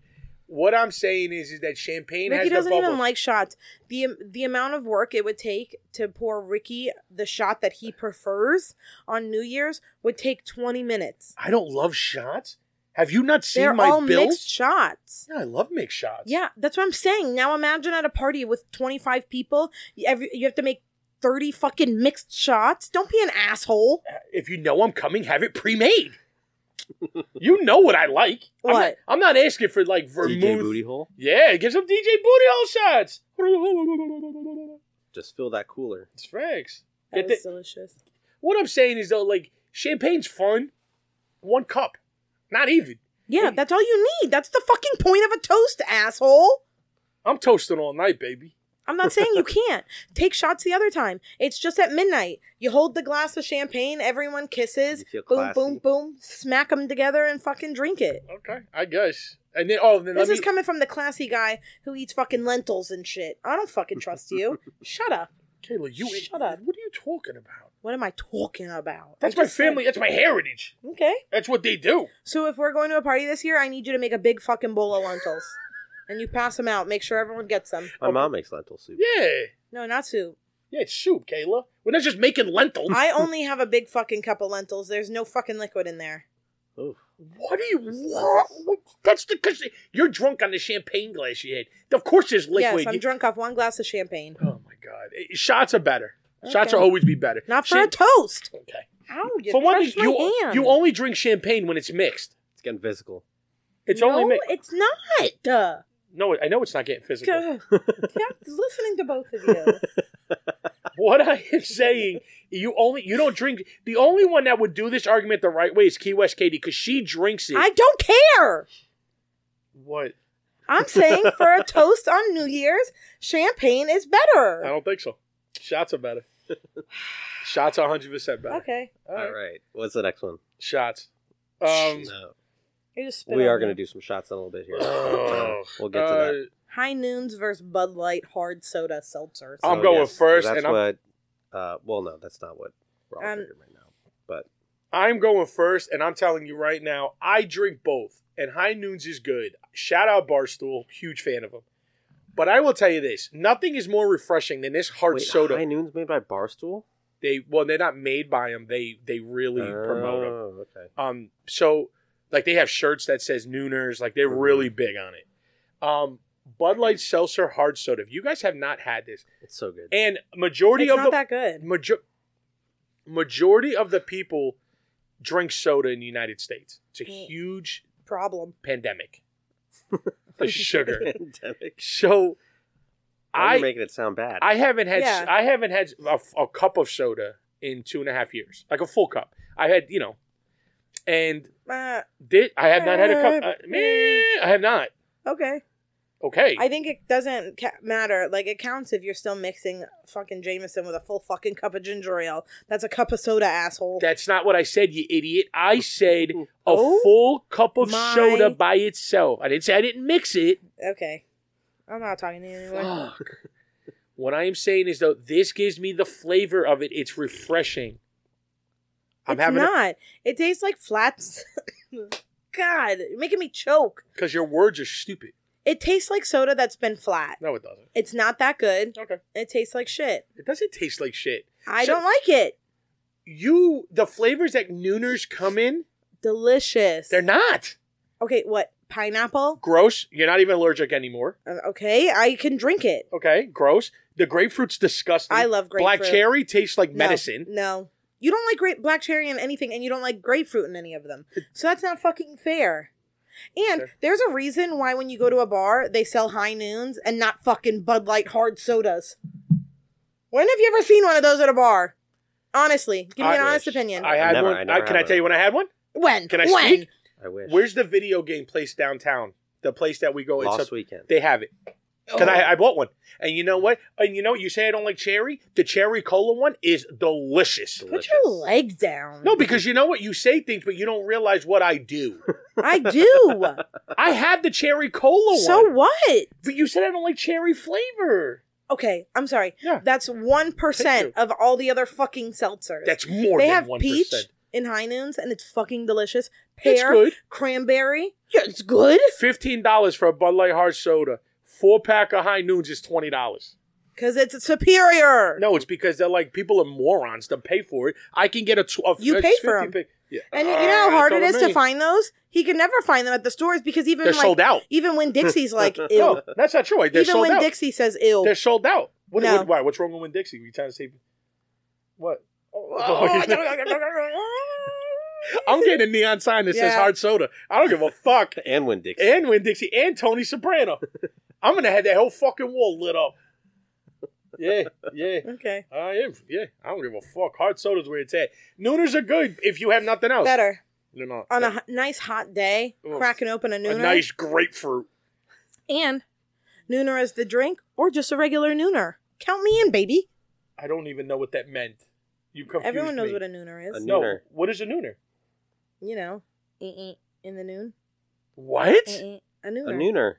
What I'm saying is, is that champagne Ricky has the doesn't bubble. even like shots. the The amount of work it would take to pour Ricky the shot that he prefers on New Year's would take twenty minutes. I don't love shots. Have you not seen They're my all bills? mixed shots. Yeah, I love mixed shots. Yeah, that's what I'm saying. Now imagine at a party with twenty five people, you every- you have to make thirty fucking mixed shots. Don't be an asshole. If you know I'm coming, have it pre-made. you know what I like. I'm not, What? I'm not asking for like vermouth. DJ Booty Hole. Yeah, give some DJ booty hole shots. Just fill that cooler. It's Frank's. That Get was the- delicious. what I'm saying is though, like champagne's fun. One cup, not even. Yeah, that's all you need. That's the fucking point of a toast, asshole. I'm toasting all night, baby. I'm not saying you can't. Take shots the other time. It's just at midnight. You hold the glass of champagne, everyone kisses, You feel boom, boom, classy. boom, smack them together and fucking drink it. Okay, I guess. And then oh, and then This let is me. coming from the classy guy who eats fucking lentils and shit. I don't fucking trust you. Shut up. Kayla, you Shut up. What are you talking about? What am I talking about? That's I my just said- family. That's my heritage. Okay. That's what they do. So if we're going to a party this year, I need you to make a big fucking bowl of lentils. And you pass them out. Make sure everyone gets them. My mom makes lentil soup. Yeah, No, not soup. yeah, it's soup, Kayla. We're not just making lentil. I only have a big fucking cup of lentils. There's no fucking liquid in there. Oof. What are you? What? what- That's the because you're drunk on the champagne glass you had. Of course, there's liquid. Yes, I'm You- drunk off one glass of champagne. Oh my god, Eh, shots are better. Shots Okay. will always be better. Not for Champ- a toast. Okay. Ow, you for one, crushed my you hand. you only drink champagne when it's mixed. It's getting physical. It's no, only mixed. it's not. Uh, No, I know it's not getting physical. God. Stop listening to both of you. what I am saying, you only you don't drink. The only one that would do this argument the right way is Key West Katie because she drinks it. I don't care. what? I'm saying for a toast on New Year's, champagne is I better. don't think so. Shots are better. Shots are hundred percent better. Okay, All right. All right. What's the next one? Shots. Um, No. you just spit We on are me. going to do some shots in a little bit here. Oh. we'll get to that. High noons versus Bud Light hard soda seltzers. I'm going first, That's and I'm- what. Uh, well, no, that's not what we're all Um, drinking right now. But I'm going first, and I'm telling you right now, I drink both, and High Noons is good. Shout out Barstool, huge fan of them. But I will tell you this: nothing is more refreshing than this hard wait, soda. High Noon's made by Barstool. They well, they're not made by them. They they really promote them. Oh, okay. Um, so like they have shirts that says Nooners. Like they're Mhm. really big on it. Um, Bud Light Seltzer Hard Soda. If you guys have not had this, It's so good. and majority It's of not the that good. major- majority of the people drink soda in the United States. It's a Mm. huge Problem. pandemic. the sugar. Pandemic. So Now I you're making it sound bad. I haven't had Yeah. I haven't had a, a cup of soda in two and a half years, like a full cup. I had you know, and Uh, did I have not had a cup? Uh, meh, I have not. okay. Okay, I think it doesn't ca- matter. Like it counts if you're still mixing fucking Jameson with a full fucking cup of ginger ale. That's a cup of soda, asshole. that's not what I said, you idiot. I said a Oh. full cup of My- soda by itself. I didn't say I didn't mix it. okay, I'm not talking to you anymore. Fuck. what I am saying is though, this gives me the flavor of it. It's refreshing. I'm it's having a- not. It tastes like flats. God, you're making me choke. Because your words are stupid. It tastes like soda that's been flat. No, it doesn't. It's not that good. Okay. It tastes like shit. It doesn't taste like shit. I So- don't like it. You, the flavors that Nooners come in, Delicious. they're not okay, what? Pineapple? gross. You're not even allergic anymore. Uh, Okay, I can drink it. Okay, gross. The grapefruit's disgusting. I love Black grapefruit. cherry tastes like No, medicine. No. You don't like grape black cherry in anything and you don't like grapefruit in any of them. So that's not fucking fair. And Sure. there's a reason why when you go to a bar, they sell high noons and not fucking Bud Light hard sodas. When have you ever seen one of those at a bar? Honestly, give me I an honest wish. opinion. I had Never, one. I I never can had I tell you one. when I had one? when? Can I when? speak? I wish. Where's the video game place downtown? The place that we go. it's last a- weekend? They have it. Because Oh. I, I bought one. And you know what? And you know, you say I don't like cherry. The cherry cola one is delicious. Put your leg down. No, because you know what? You say things, but you don't realize what I do. I do. I had the cherry cola so one. what? But you said I don't like cherry flavor. Okay, I'm sorry. Yeah. That's 1% Thank of all the other fucking seltzers. That's more they than have 1%. peach in High Noons, and it's fucking delicious. It's Pear, good. cranberry. Yeah, it's good. Fifteen dollars for a Bud Light hard soda. Four pack of High Noons is twenty dollars. Because it's superior. No, it's because they're like people are morons. They pay for it. I can get a tw- a- You a pay for 50 them. pack- Yeah. And you Ah, you know how that's hard all it is mean. to find those? He can never find them at the stores because even They're like sold out. even when Dixie's like ew. No, that's not true. They're even sold when out. Dixie says ew. They're sold out. What, Oh. No. what- why? What's wrong with Win Dixie? You trying to say what? Oh, Oh, I'm getting a neon sign that says Yeah. hard soda. I don't give a fuck. and Win Dixie. And Win Dixie and Tony Soprano. I'm gonna have that whole fucking wall lit up. Yeah, yeah. okay. I am. Yeah, I don't give a fuck. Hard soda's where it's at. Nooners are good if you have nothing else. Better. They're not. On a h- nice hot day, Oh. Oof. cracking open a a nooner. nice grapefruit. and nooner as the drink or just a regular nooner. Count me in, baby. I don't even know what that meant. You confused Everyone knows me. what a nooner is. A no. nooner. What is a nooner? you know, eh, eh, in the noon. What? Eh, Is eh, A nooner. a nooner.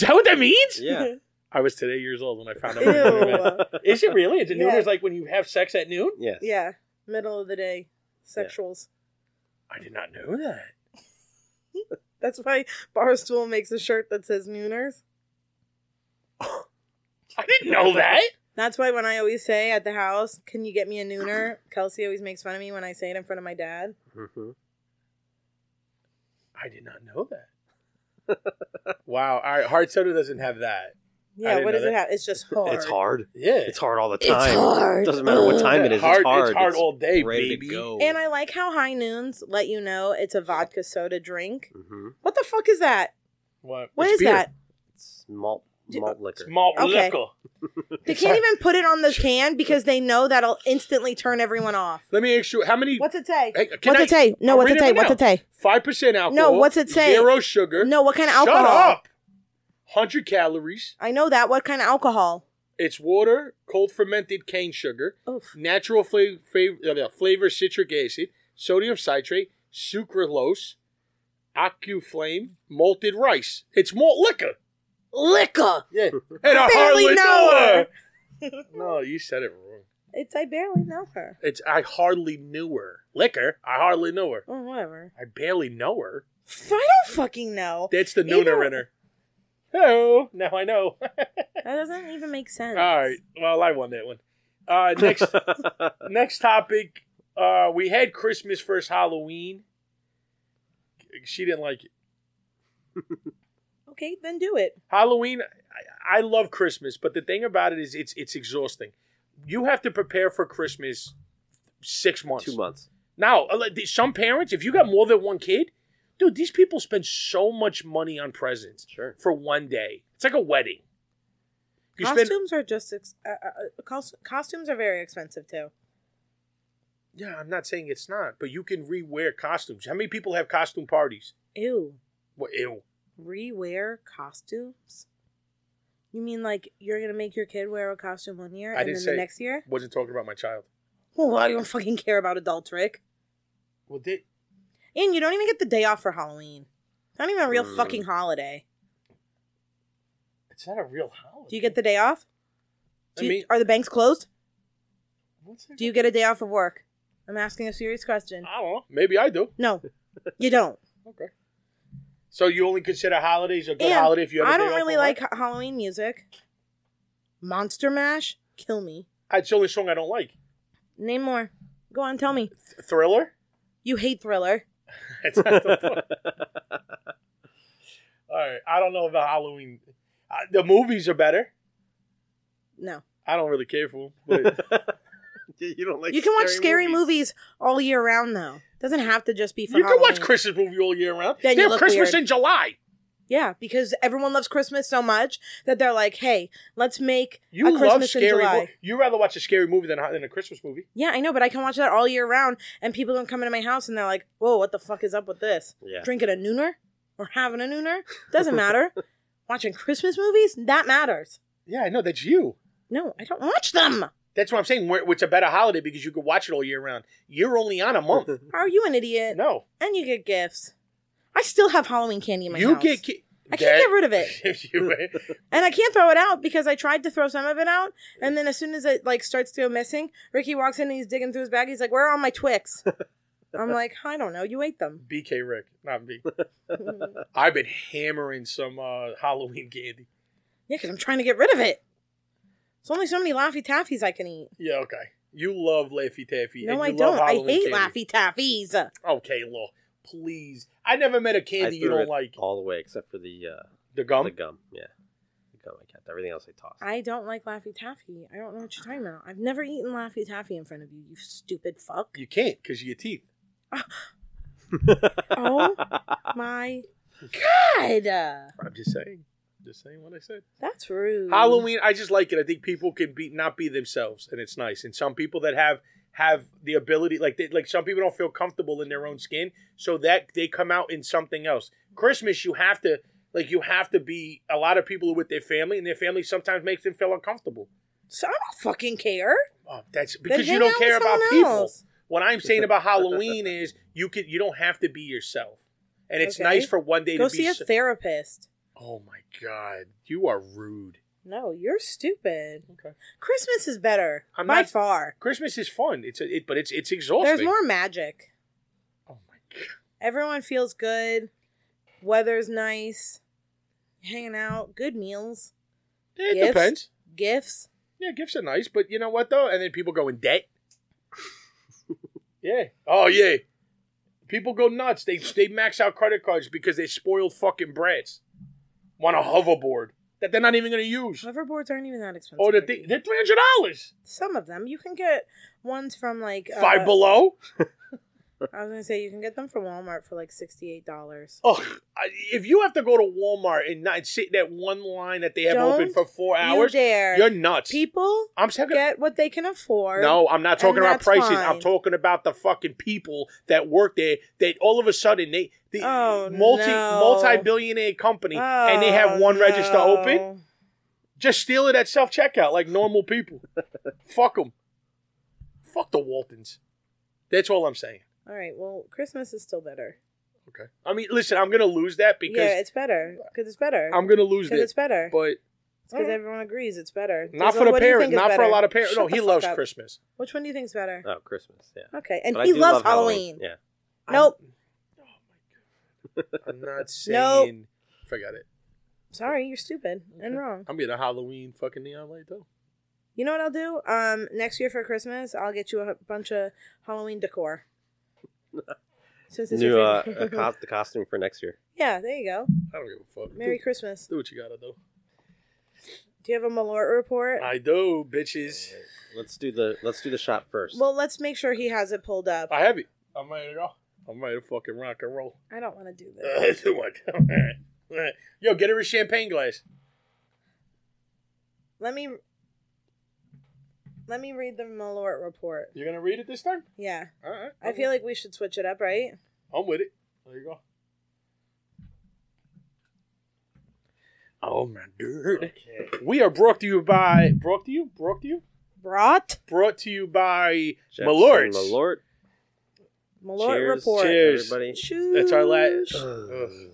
that what that means? Yeah. I was today years old when I found out. what a nooner meant. Ew. Is it really? It's a Yeah. nooner is like when you have sex at noon. Yes. yeah. Middle of the day. Sexuals. I did not know that. That's why Barstool makes a shirt that says nooners. I didn't know that. That's why when I always say at the house, "Can you get me a nooner?" Kelsey always makes fun of me when I say it in front of my dad. hmm I did not know that. wow. All right. Hard soda doesn't have that. Yeah, didn't what know does it that. have? It's just hard. It's hard. Yeah. It's hard all the It's time. hard. Doesn't matter what Ugh. time it is. Hard- it's hard. it's hard all day, ready baby. To go. And I like how High Noons let you know it's a vodka soda drink. hmm What the fuck is that? What? What is It's beer. that? It's malt malt liquor. It's malt Okay. liquor. They can't even put it on the can because they know that'll instantly turn everyone off. Let me ask you, how many? What's it say? Hey, can what's I- it say? No, I'll what's read it say? right What's now. it say? Five percent alcohol. what's it say? Zero sugar. No, what kind of Shut alcohol? up. Hundred calories. I know that. What kind of alcohol? It's water, cold fermented cane sugar, Oof. natural flavor, flavor, flavor citric acid, sodium citrate, sucralose, acuflame, malted rice. It's malt liquor. Liquor. Yeah. And I barely hardly know know her. her. no, you said it wrong. It's I barely know her. It's I hardly knew her. Liquor. I hardly know her. Oh, whatever. I barely know her. I don't fucking know. That's the Either- nooner in her. Oh, now I know. That doesn't even make sense. All right. Well, I won that one. Uh, next, next topic. Uh, we had Christmas first Halloween. She didn't like it. Okay, then do it. Halloween. I, I love Christmas, but the thing about it is, it's it's exhausting. You have to prepare for Christmas six months. Two months. Now, uh, like, some parents, if you got more than one kid, dude, these people spend so much money on presents Sure. for one day. It's like a wedding. You spend, costumes are just ex- uh, uh, uh, cos- costumes are very expensive too. yeah, I'm not saying it's not, but you can rewear costumes. How many people have costume parties? Ew. Well, ew. Rewear costumes? You mean like you're gonna make your kid wear a costume one year I and didn't then say the next year? Wasn't talking about my child. Well, I don't fucking care about adult trick. Well, did And you don't even get the day off for Halloween. It's not even a real Mm. fucking holiday. it's not a real holiday. Do you get the day off? I Do you, mean- are the banks closed? What's that? Do you get a day off of work? I'm asking a serious question. I don't know. Maybe I do. No, you don't. Okay. So you only consider holidays a good And holiday if you have. a I day don't off really from like work? ha- Halloween music. Monster Mash, kill me. It's the only song I don't like. Name more. Go on, tell me. Thriller. You hate Thriller. That's not the point. All right. I don't know about Halloween. Uh, the movies are better. No. I don't really care for them. But you don't like. you can watch scary movies. all year round, though. Doesn't have to just be for you can Halloween. watch Christmas movie all year round. Then they you have look Christmas weird. in July. Yeah, because everyone loves Christmas so much that they're like, hey, let's make You a love Christmas in scary. July. Mo- you rather watch a scary movie than, a- than a Christmas movie. Yeah, I know, but I can watch that all year round, and people don't come into my house and they're like, "Whoa, what the fuck is up with this? Yeah. Drinking a nooner or having a nooner doesn't matter. Watching Christmas movies that matters. Yeah, I know that's you. No, I don't watch them. That's what I'm saying. Where, it's a better holiday because you can watch it all year round. You're only on a month. Are you an idiot? no, And you get gifts. I still have Halloween candy in my you house. get. Ki- I can't get rid of it. it. And I can't throw it out because I tried to throw some of it out, and then as soon as it like starts to go missing, Ricky walks in and he's digging through his bag. He's like, "Where are all my Twix?" I'm like, I don't know. You ate them. BK Rick, not me. I've been hammering some uh, Halloween candy. Yeah, because I'm trying to get rid of it. There's only so many Laffy Taffies I can eat. Yeah, okay. You love Laffy Taffy. No, and I you love don't. I Halloween hate candy. Laffy Taffies. Okay, look, please. I never met a candy I you threw don't it like. all the way except for the uh, The gum. the gum. Yeah, the gum I kept. Everything else I tossed. I don't like Laffy Taffy. I don't know what you're talking about. I've never eaten Laffy Taffy in front of you, you stupid fuck. You can't because of your teeth. Oh my god. I'm just saying. Just saying what I said. That's rude. Halloween, I just like it. I think people can be not be themselves, and it's nice. And some people that have have the ability, like they, like some people don't feel comfortable in their own skin, so that they come out in something else. Christmas, you have to like you have to be. A lot of people are with their family, and their family sometimes makes them feel uncomfortable. So I don't fucking care. Oh, that's Then because you hang don't out care with about someone people. else. What I'm saying about Halloween is you could you don't have to be yourself, and it's Okay. nice for one day Go to be. see a so- therapist. oh my god, you are rude. No, you're stupid. Okay. Christmas is better I'm by not- far. Christmas is fun. It's a, it, but it's it's exhausting. There's more magic. Oh my god. Everyone feels good. Weather's nice. Hanging out, good meals, Eh, It Gifts? depends. gifts. Yeah, gifts are nice, but you know what though? And then people go in debt. yeah. Oh yeah. People go nuts. They they max out credit cards because they spoiled fucking brats. Want a hoverboard that they're not even going to use. Hoverboards aren't even that expensive. Oh, that Ricky. they, they're three hundred dollars. Some of them you can get ones from like uh, Five below. I was gonna say you can get them from Walmart for like sixty eight dollars. Oh, I- if you have to go to Walmart and not sit in that one line that they have open Don't for four You hours, dare? you're nuts. People I'm talking. get what they can afford. No, I'm not talking and about that's prices. I'm fine. talking about the fucking people that work there. That all of a sudden they the Oh, multi no. multi billionaire company and they have Oh, one register no. open. Just steal it at self checkout like normal people. Fuck them. Fuck the Waltons. That's all I'm saying. All right. Well, Christmas is still better. Okay. I mean, listen, I'm gonna lose that yeah, because it's better because it's better. I'm gonna lose Because it's this. better. But Because everyone agrees it's better. not So for the what do you parents. think is Not for a better? lot of parents. Shut No, he the fuck loves up. Christmas. Which one do you think's better? oh, Christmas. Yeah. Okay, and But I he do loves love Halloween. Yeah. Nope. I'm not Nope. saying. Forget it. Sorry, you're stupid and wrong. I'm getting a Halloween fucking neon light though. You know what I'll do? Um, next year for Christmas, I'll get you a bunch of Halloween decor. Since it's New your uh, favorite- a co- the costume for next year. yeah, there you go. I don't give a fuck. Merry do, Christmas. do what you gotta do. Do you have a Malort report? I do, bitches. Let's do the let's do the shot first. well, let's make sure he has it pulled up. I have it. I'm ready to go. I'm ready to fucking rock and roll. I don't want to do this. Uh, too much. Yo, get her a champagne glass. Let me let me read the Malort report. You're gonna read it this time? Yeah, All right. I feel like we should switch it up, right? I'm with it. There you go. Oh my dude. We are brought to you by brought to you brought to you Brought brought to you by Jefferson Malorts. Malort. Malort Cheers. report. Cheers. Everybody. That's our Cheers. last.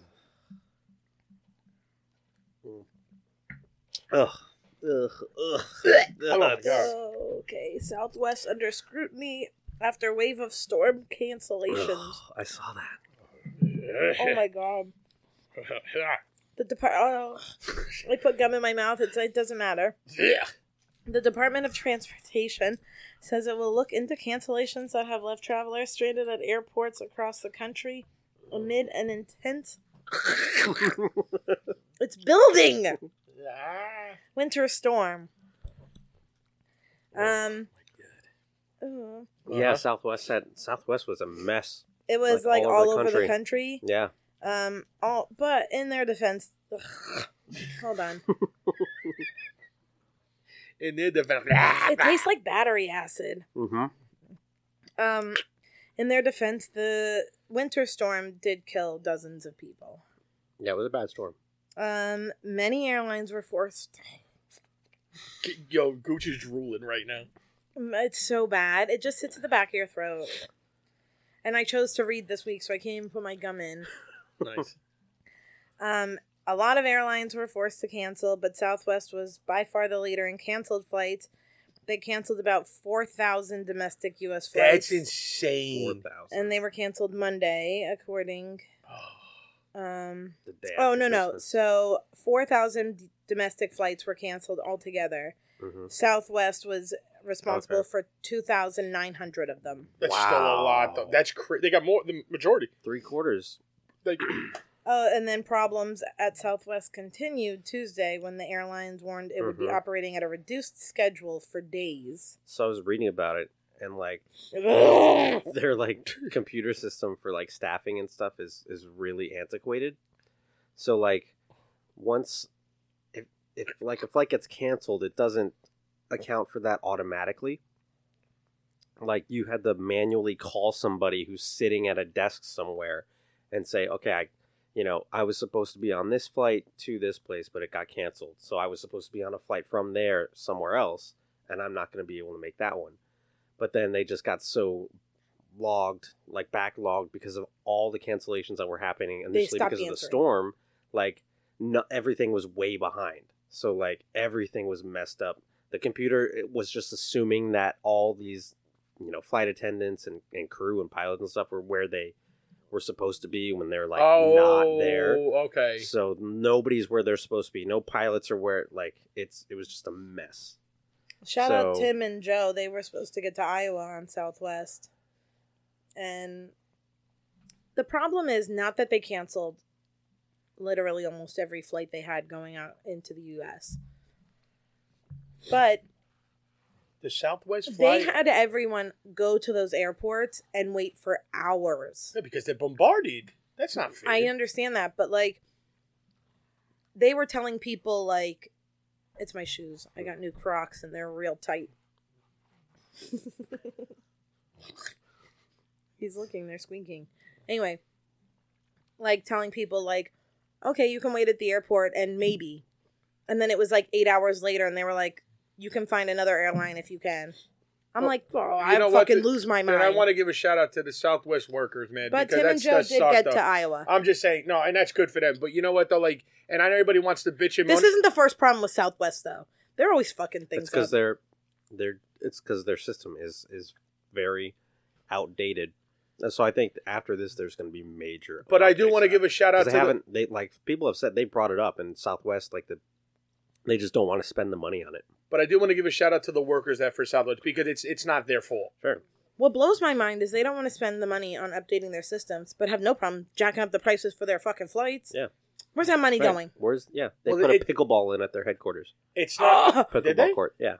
Ugh. Ugh. Ugh. Oh my God. Okay, Southwest under scrutiny after wave of storm cancellations. I saw that. oh my god. Ah. The depart. Oh, I put gum in my mouth. It's, it doesn't matter. yeah. The Department of Transportation says it will look into cancellations that have left travelers stranded at airports across the country amid an intense. it's building Ah. winter storm. Um. oh, Yeah, Uh-huh. Southwest had Southwest was a mess. It was like, all, over, the country. Yeah. Um, all but in their defense, ugh, hold on, And they're ah, it tastes like battery acid. Mm-hmm. Um, in their defense, the winter storm did kill dozens of people. Yeah, it was a bad storm. Um, many airlines were forced. Yo, Gooch is drooling right now. Mm, It's so bad; it just sits at the back of your throat. And I chose to read this week, so I can't even put my gum in. Nice. Um, a lot of airlines were forced to cancel, but Southwest was by far the leader and canceled flights they canceled about 4,000 domestic U.S. flights. That's insane. 4,000. Mm. And they were canceled Monday, according. Oh, Um, the day oh, after no, no. Christmas. So 4,000 domestic flights were canceled altogether. Mhm. Southwest was responsible Okay. for 2,900 of them. That's still a lot, though. Wow. That's cra- they got more the majority. Three quarters. They, Oh, and then problems at Southwest continued Tuesday when the airlines warned it would be Mm-hmm. Mhm. operating at a reduced schedule for days. So I was reading about it, and like their like computer system for like staffing and stuff is is really antiquated. So like once if if like a flight gets canceled, it doesn't account for that automatically. Like you had to manually call somebody who's sitting at a desk somewhere and say, "Okay, I you know, I was supposed to be on this flight to this place, but it got canceled. So I was supposed to be on a flight from there somewhere else, and I'm not going to be able to make that one." But then they just got so logged, like backlogged because of all the cancellations that were happening initially stopped because of the answering. storm, like no, everything was way behind. So like everything was messed up. The computer it was just assuming that all these, you know, flight attendants and, and crew and pilots and stuff were where they were supposed to be when they're like not there. Oh, Okay. So nobody's where they're supposed to be. No pilots are where like it's it was just a mess. Shout out So- Tim and Joe. They were supposed to get to Iowa on Southwest. And the problem is not that they canceled literally almost every flight they had going out into the US. But The Southwest they flight. had everyone go to those airports and wait for hours. Yeah, because they're bombarded. That's not fair. I understand that, but like they were telling people like it's my shoes. I got new Crocs and they're real tight. He's looking, they're squeaking. Anyway, like telling people like okay, you can wait at the airport and maybe. And then it was like 8 hours later and they were like you can find another airline if you can. I'm Well, like, oh, you I know what? fucking Th- lose my And mind. I want to give a shout out to the Southwest workers, man. but because Tim and that's- Joe that did sucked get up. to Iowa. I'm just saying, no, and that's good for them. But you know what though, like, and I know everybody wants to bitch and This moan- isn't the first problem with Southwest though. They're always fucking things It's because up. their their it's because their system is is very outdated. And so I think after this, there's going to be major. But I do updates want to that. give a shout 'Cause out to they the, haven't they like people have said they brought it up and Southwest like the they just don't want to spend the money on it. but I do want to give a shout out to the workers that for Southwest because it's it's not their fault. Sure. What blows my mind is they don't want to spend the money on updating their systems, but have no problem jacking up the prices for their fucking flights. Yeah. Where's that money Right. going? Where's yeah? They Well, put it- a pickleball in at their headquarters. It's not. Did they? Pickleball court. Yeah.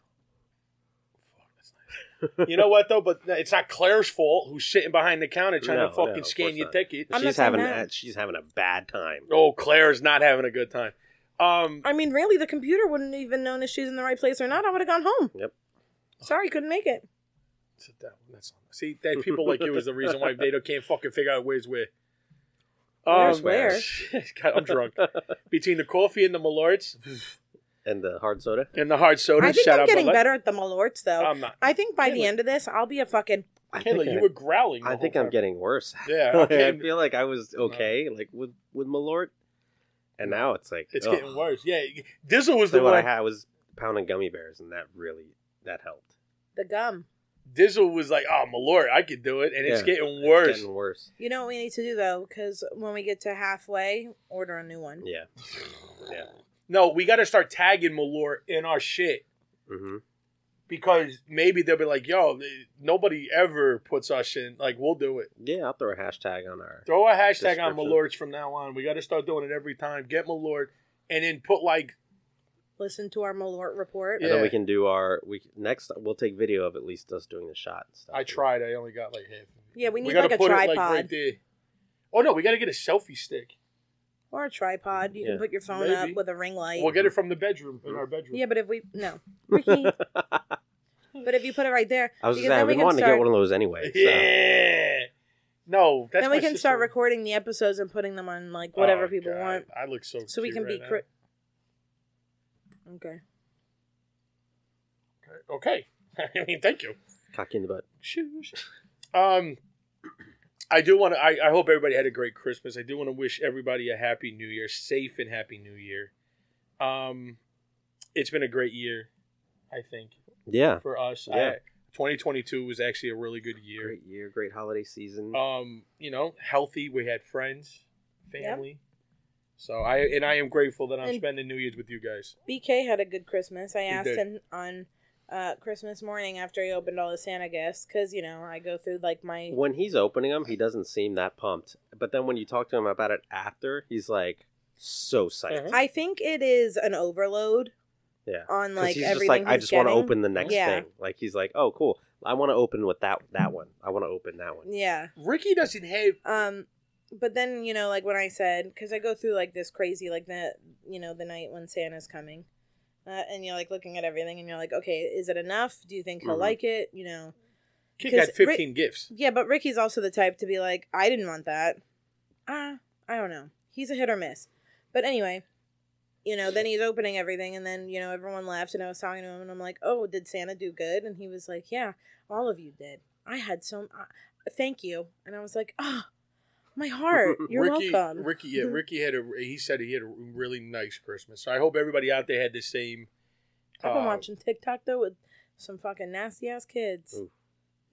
you know what though? But it's not Claire's fault who's sitting behind the counter trying No, to no, fucking of scan course your not. ticket. I'm she's not saying having that. a, she's having a bad time. Oh, Claire's not having a good time. Um, I mean, really, the computer wouldn't even known if she's in the right place or not. I would have gone home. Yep. Sorry, couldn't make it. sit down. That's on. See, that people like you is the reason why they don't, can't fucking figure out where's where. Where's Um, where? God, I'm drunk. Between the coffee and the Malorts And the hard soda. and the hard soda, I think shout I'm out getting Bud Light. better at the malorts, though. I'm not. I think by Really? the end of this, I'll be a fucking. I Kayla, think I- you were growling. the I whole think I'm time. getting worse. Yeah, I'm Like, I getting- feel like I was okay, like with with Malort, and now it's like It's ugh. getting worse. Yeah, Dizzle was So the what I one. had I was pounding gummy bears, and that really that helped. The gum. Dizzle was like, "Oh, Malort, I could do it," and it's Yeah. getting It's worse. getting worse. You know what we need to do, though? Because when we get to halfway, order a new one. Yeah. No, we got to start tagging Malort in our shit Mm-hmm. because maybe they'll be like, "Yo, th- nobody ever puts us in." Like, we'll do it. Yeah, I'll throw a hashtag on our. Throw a hashtag on Description. Malorts from now on. We got to start doing it every time. Get Malort, and then put like, Listen to our malort report. And then Yeah. we can do our we next. We'll take video of at least us doing the shot. And stuff. I tried. I only got like half. Yeah, we need gotta like a put it, tripod. right there. Oh no, we got to get a selfie stick. Or a tripod. You can Yeah. put your phone up Maybe. with a ring light. We'll get it from the bedroom in our bedroom. yeah, but if we no, Ricky. but if you put it right there, I was because just saying, then I've we been can wanting to start. get one of those anyway. So. Yeah. No, that's then we my can start sister. recording the episodes and putting them on like whatever Oh, people God. want, I look so. so we cute can right be. now. Cri- okay. okay. I mean, thank you. Cocky in the butt. Shoosh. Um, I do want to. I, I hope everybody had a great Christmas. I do want to wish everybody a happy New Year, safe and happy New Year. Um, it's been a great year. I think Yeah. for us. Yeah. I- 2022 was actually a really good year. Great year, great holiday season. Um, you know, healthy. We had friends, family. So I and I am grateful that I'm And- spending New Year's with you guys. BK had a good Christmas. I asked did. him on uh, Christmas morning after he opened all his Santa gifts because you know I go through like my when he's opening them, he doesn't seem that pumped. But then when you talk to him about it after, he's like so psyched. Uh-huh. I think it is an overload Yeah. on 'Cause like he's just everything. like, I he's just want to getting. open the next Yeah. thing. Like he's like, oh, cool. I want to open with that that one. I want to open that one. Yeah. Ricky doesn't have. Um, but then you know, like when I said, because I go through like this crazy, like the you know the night when Santa's coming, uh, and you're like looking at everything, and you're like, okay, is it enough? Do you think he'll Mhm. like it? You know, Kid 'Cause got 15 gifts. yeah. But Ricky's also the type to be like, I didn't want that. Ah, I don't know. He's a hit or miss. But anyway, you know, then he's opening everything, and then you know everyone left, and I was talking to him, and I'm like, oh, did Santa do good? And he was like, yeah, all of you did. I had so. Uh, thank you, and I was like, ah. my heart. You're Ricky, welcome. Mm-hmm. Ricky, yeah, Ricky had a. He said he had a really nice Christmas. So I hope everybody out there had the same. I've been uh, watching TikTok though with some fucking nasty ass kids, Oof.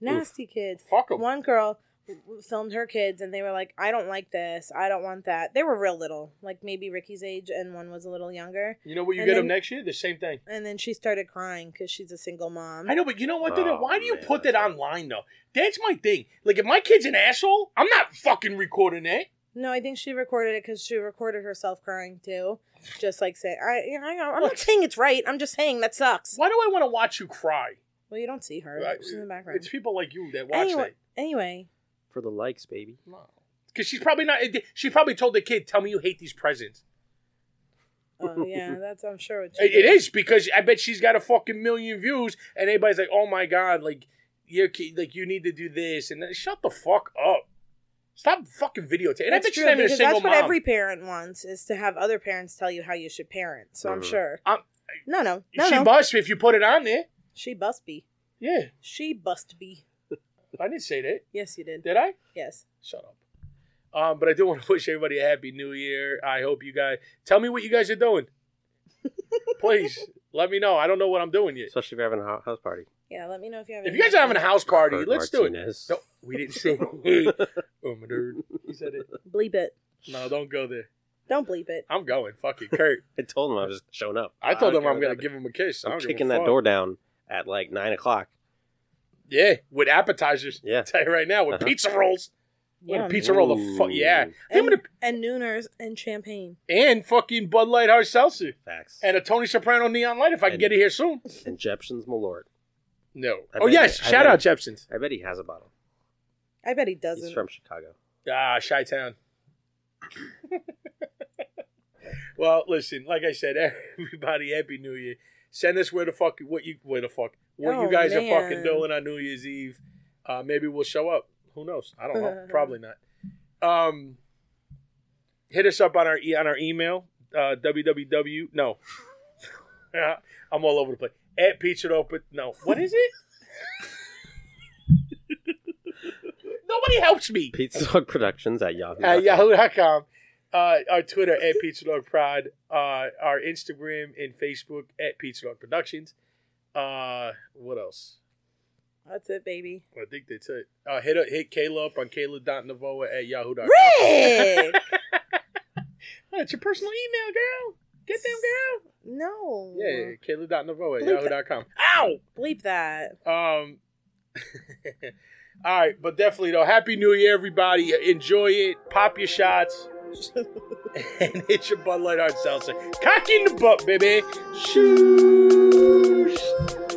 nasty kids. Fuck 'em. One girl w- w- filmed her kids, and they were like, "I don't like this. I don't want that." They were real little, like maybe Ricky's age, and one was a little younger. You know what you and get them then- next year? The same thing. And then she started crying because she's a single mom. I know, but you know what? dude? Oh, Why do you man, put that that's right. online though? That's my thing. Like, if my kid's an asshole, I'm not fucking recording it. No, I think she recorded it because she recorded herself crying too, just like say, "I, you know, I know, I'm not saying it's right. I'm just saying that sucks." Why do I want to watch you cry? Well, you don't see her; Right. she's in the background. It's people like you that watch Anyway, anyway, For the likes, baby. that. Because she's probably not. eh, She probably told the kid, "Tell me you hate these presents." oh yeah, that's I'm sure what she It- it did. is because I bet she's got a fucking million views, and everybody's like, "Oh my god, like your kid, like you need to do this." And then, shut the fuck up. Stop fucking videotaping. And I That's bet she's true, not even a because single that's what mom. every parent wants is to have other parents tell you how you should parent. So I'm Mhm. sure. I'm- no, no, no, she no. must if you put it on there. she bust be. Yeah, She bust be. I didn't say that, Yes, you did. did I? Yes. Shut up. Um, but I do want to wish everybody a happy new year. I hope you guys tell me what you guys are doing. Please let me know. I don't know what I'm doing yet. Especially if you're having a hou- house party. Yeah. Let me know if you have. If any you guys are having a house party, Kurt let's Martinez. do it. No, we didn't say. oh my dude, he said it. bleep it. No, don't go there. Don't bleep it. I'm going. Fuck it, Kurt. I told him I was showing up. I told don't him I'm care gonna what give him a kiss. happened. I don't I'm give a kicking that fuck. door down at like nine o'clock. Yeah, with appetizers. Yeah. tell you right now, with Uh-huh. pizza rolls. With a Yum. pizza roll, the fuck Ooh. yeah. Give me And, the- and Nooners and champagne. and fucking Bud Light hard seltzer Facts. and a Tony Soprano neon light if I can And- get it here soon. And Jepson's Malort. No. I oh bet yes, it- I shout bet out it- Jepson's. I bet he has a bottle. I bet he He's doesn't. from Chicago. Ah, Chi Town. well, listen, like I said, everybody, happy New Year. Send us where the fuck what you where the fuck what Oh, you guys are man. fucking doing on New Year's Eve. Uh, maybe we'll show up. Who knows? I don't know. Probably not. Um, hit us up on our e- on our email uh, www no. Yeah, I'm all over the place. At Pizza Open. No, what is it? Nobody helps me Pizza Dog Productions at Yahoo. at yahoo.com. Uh, our Twitter at Pizza Dog Pride. Uh, our Instagram and Facebook at Pizza Dog Productions. Uh, what else? That's it, baby. I think that's it. Uh, hit up, hit Kayla up on Kayla.Navoa at yahoo.com. Rick! That's your personal email, girl. Get them, no. girl. Yeah, Kayla.Navoa at Bleep yahoo.com. Ow! Bleep that. Um. all right, but definitely though, Happy New Year, everybody! Enjoy it. Pop your shots. and hit your Bud Light Hard Seltzer. Cock in the butt, baby. Shoes.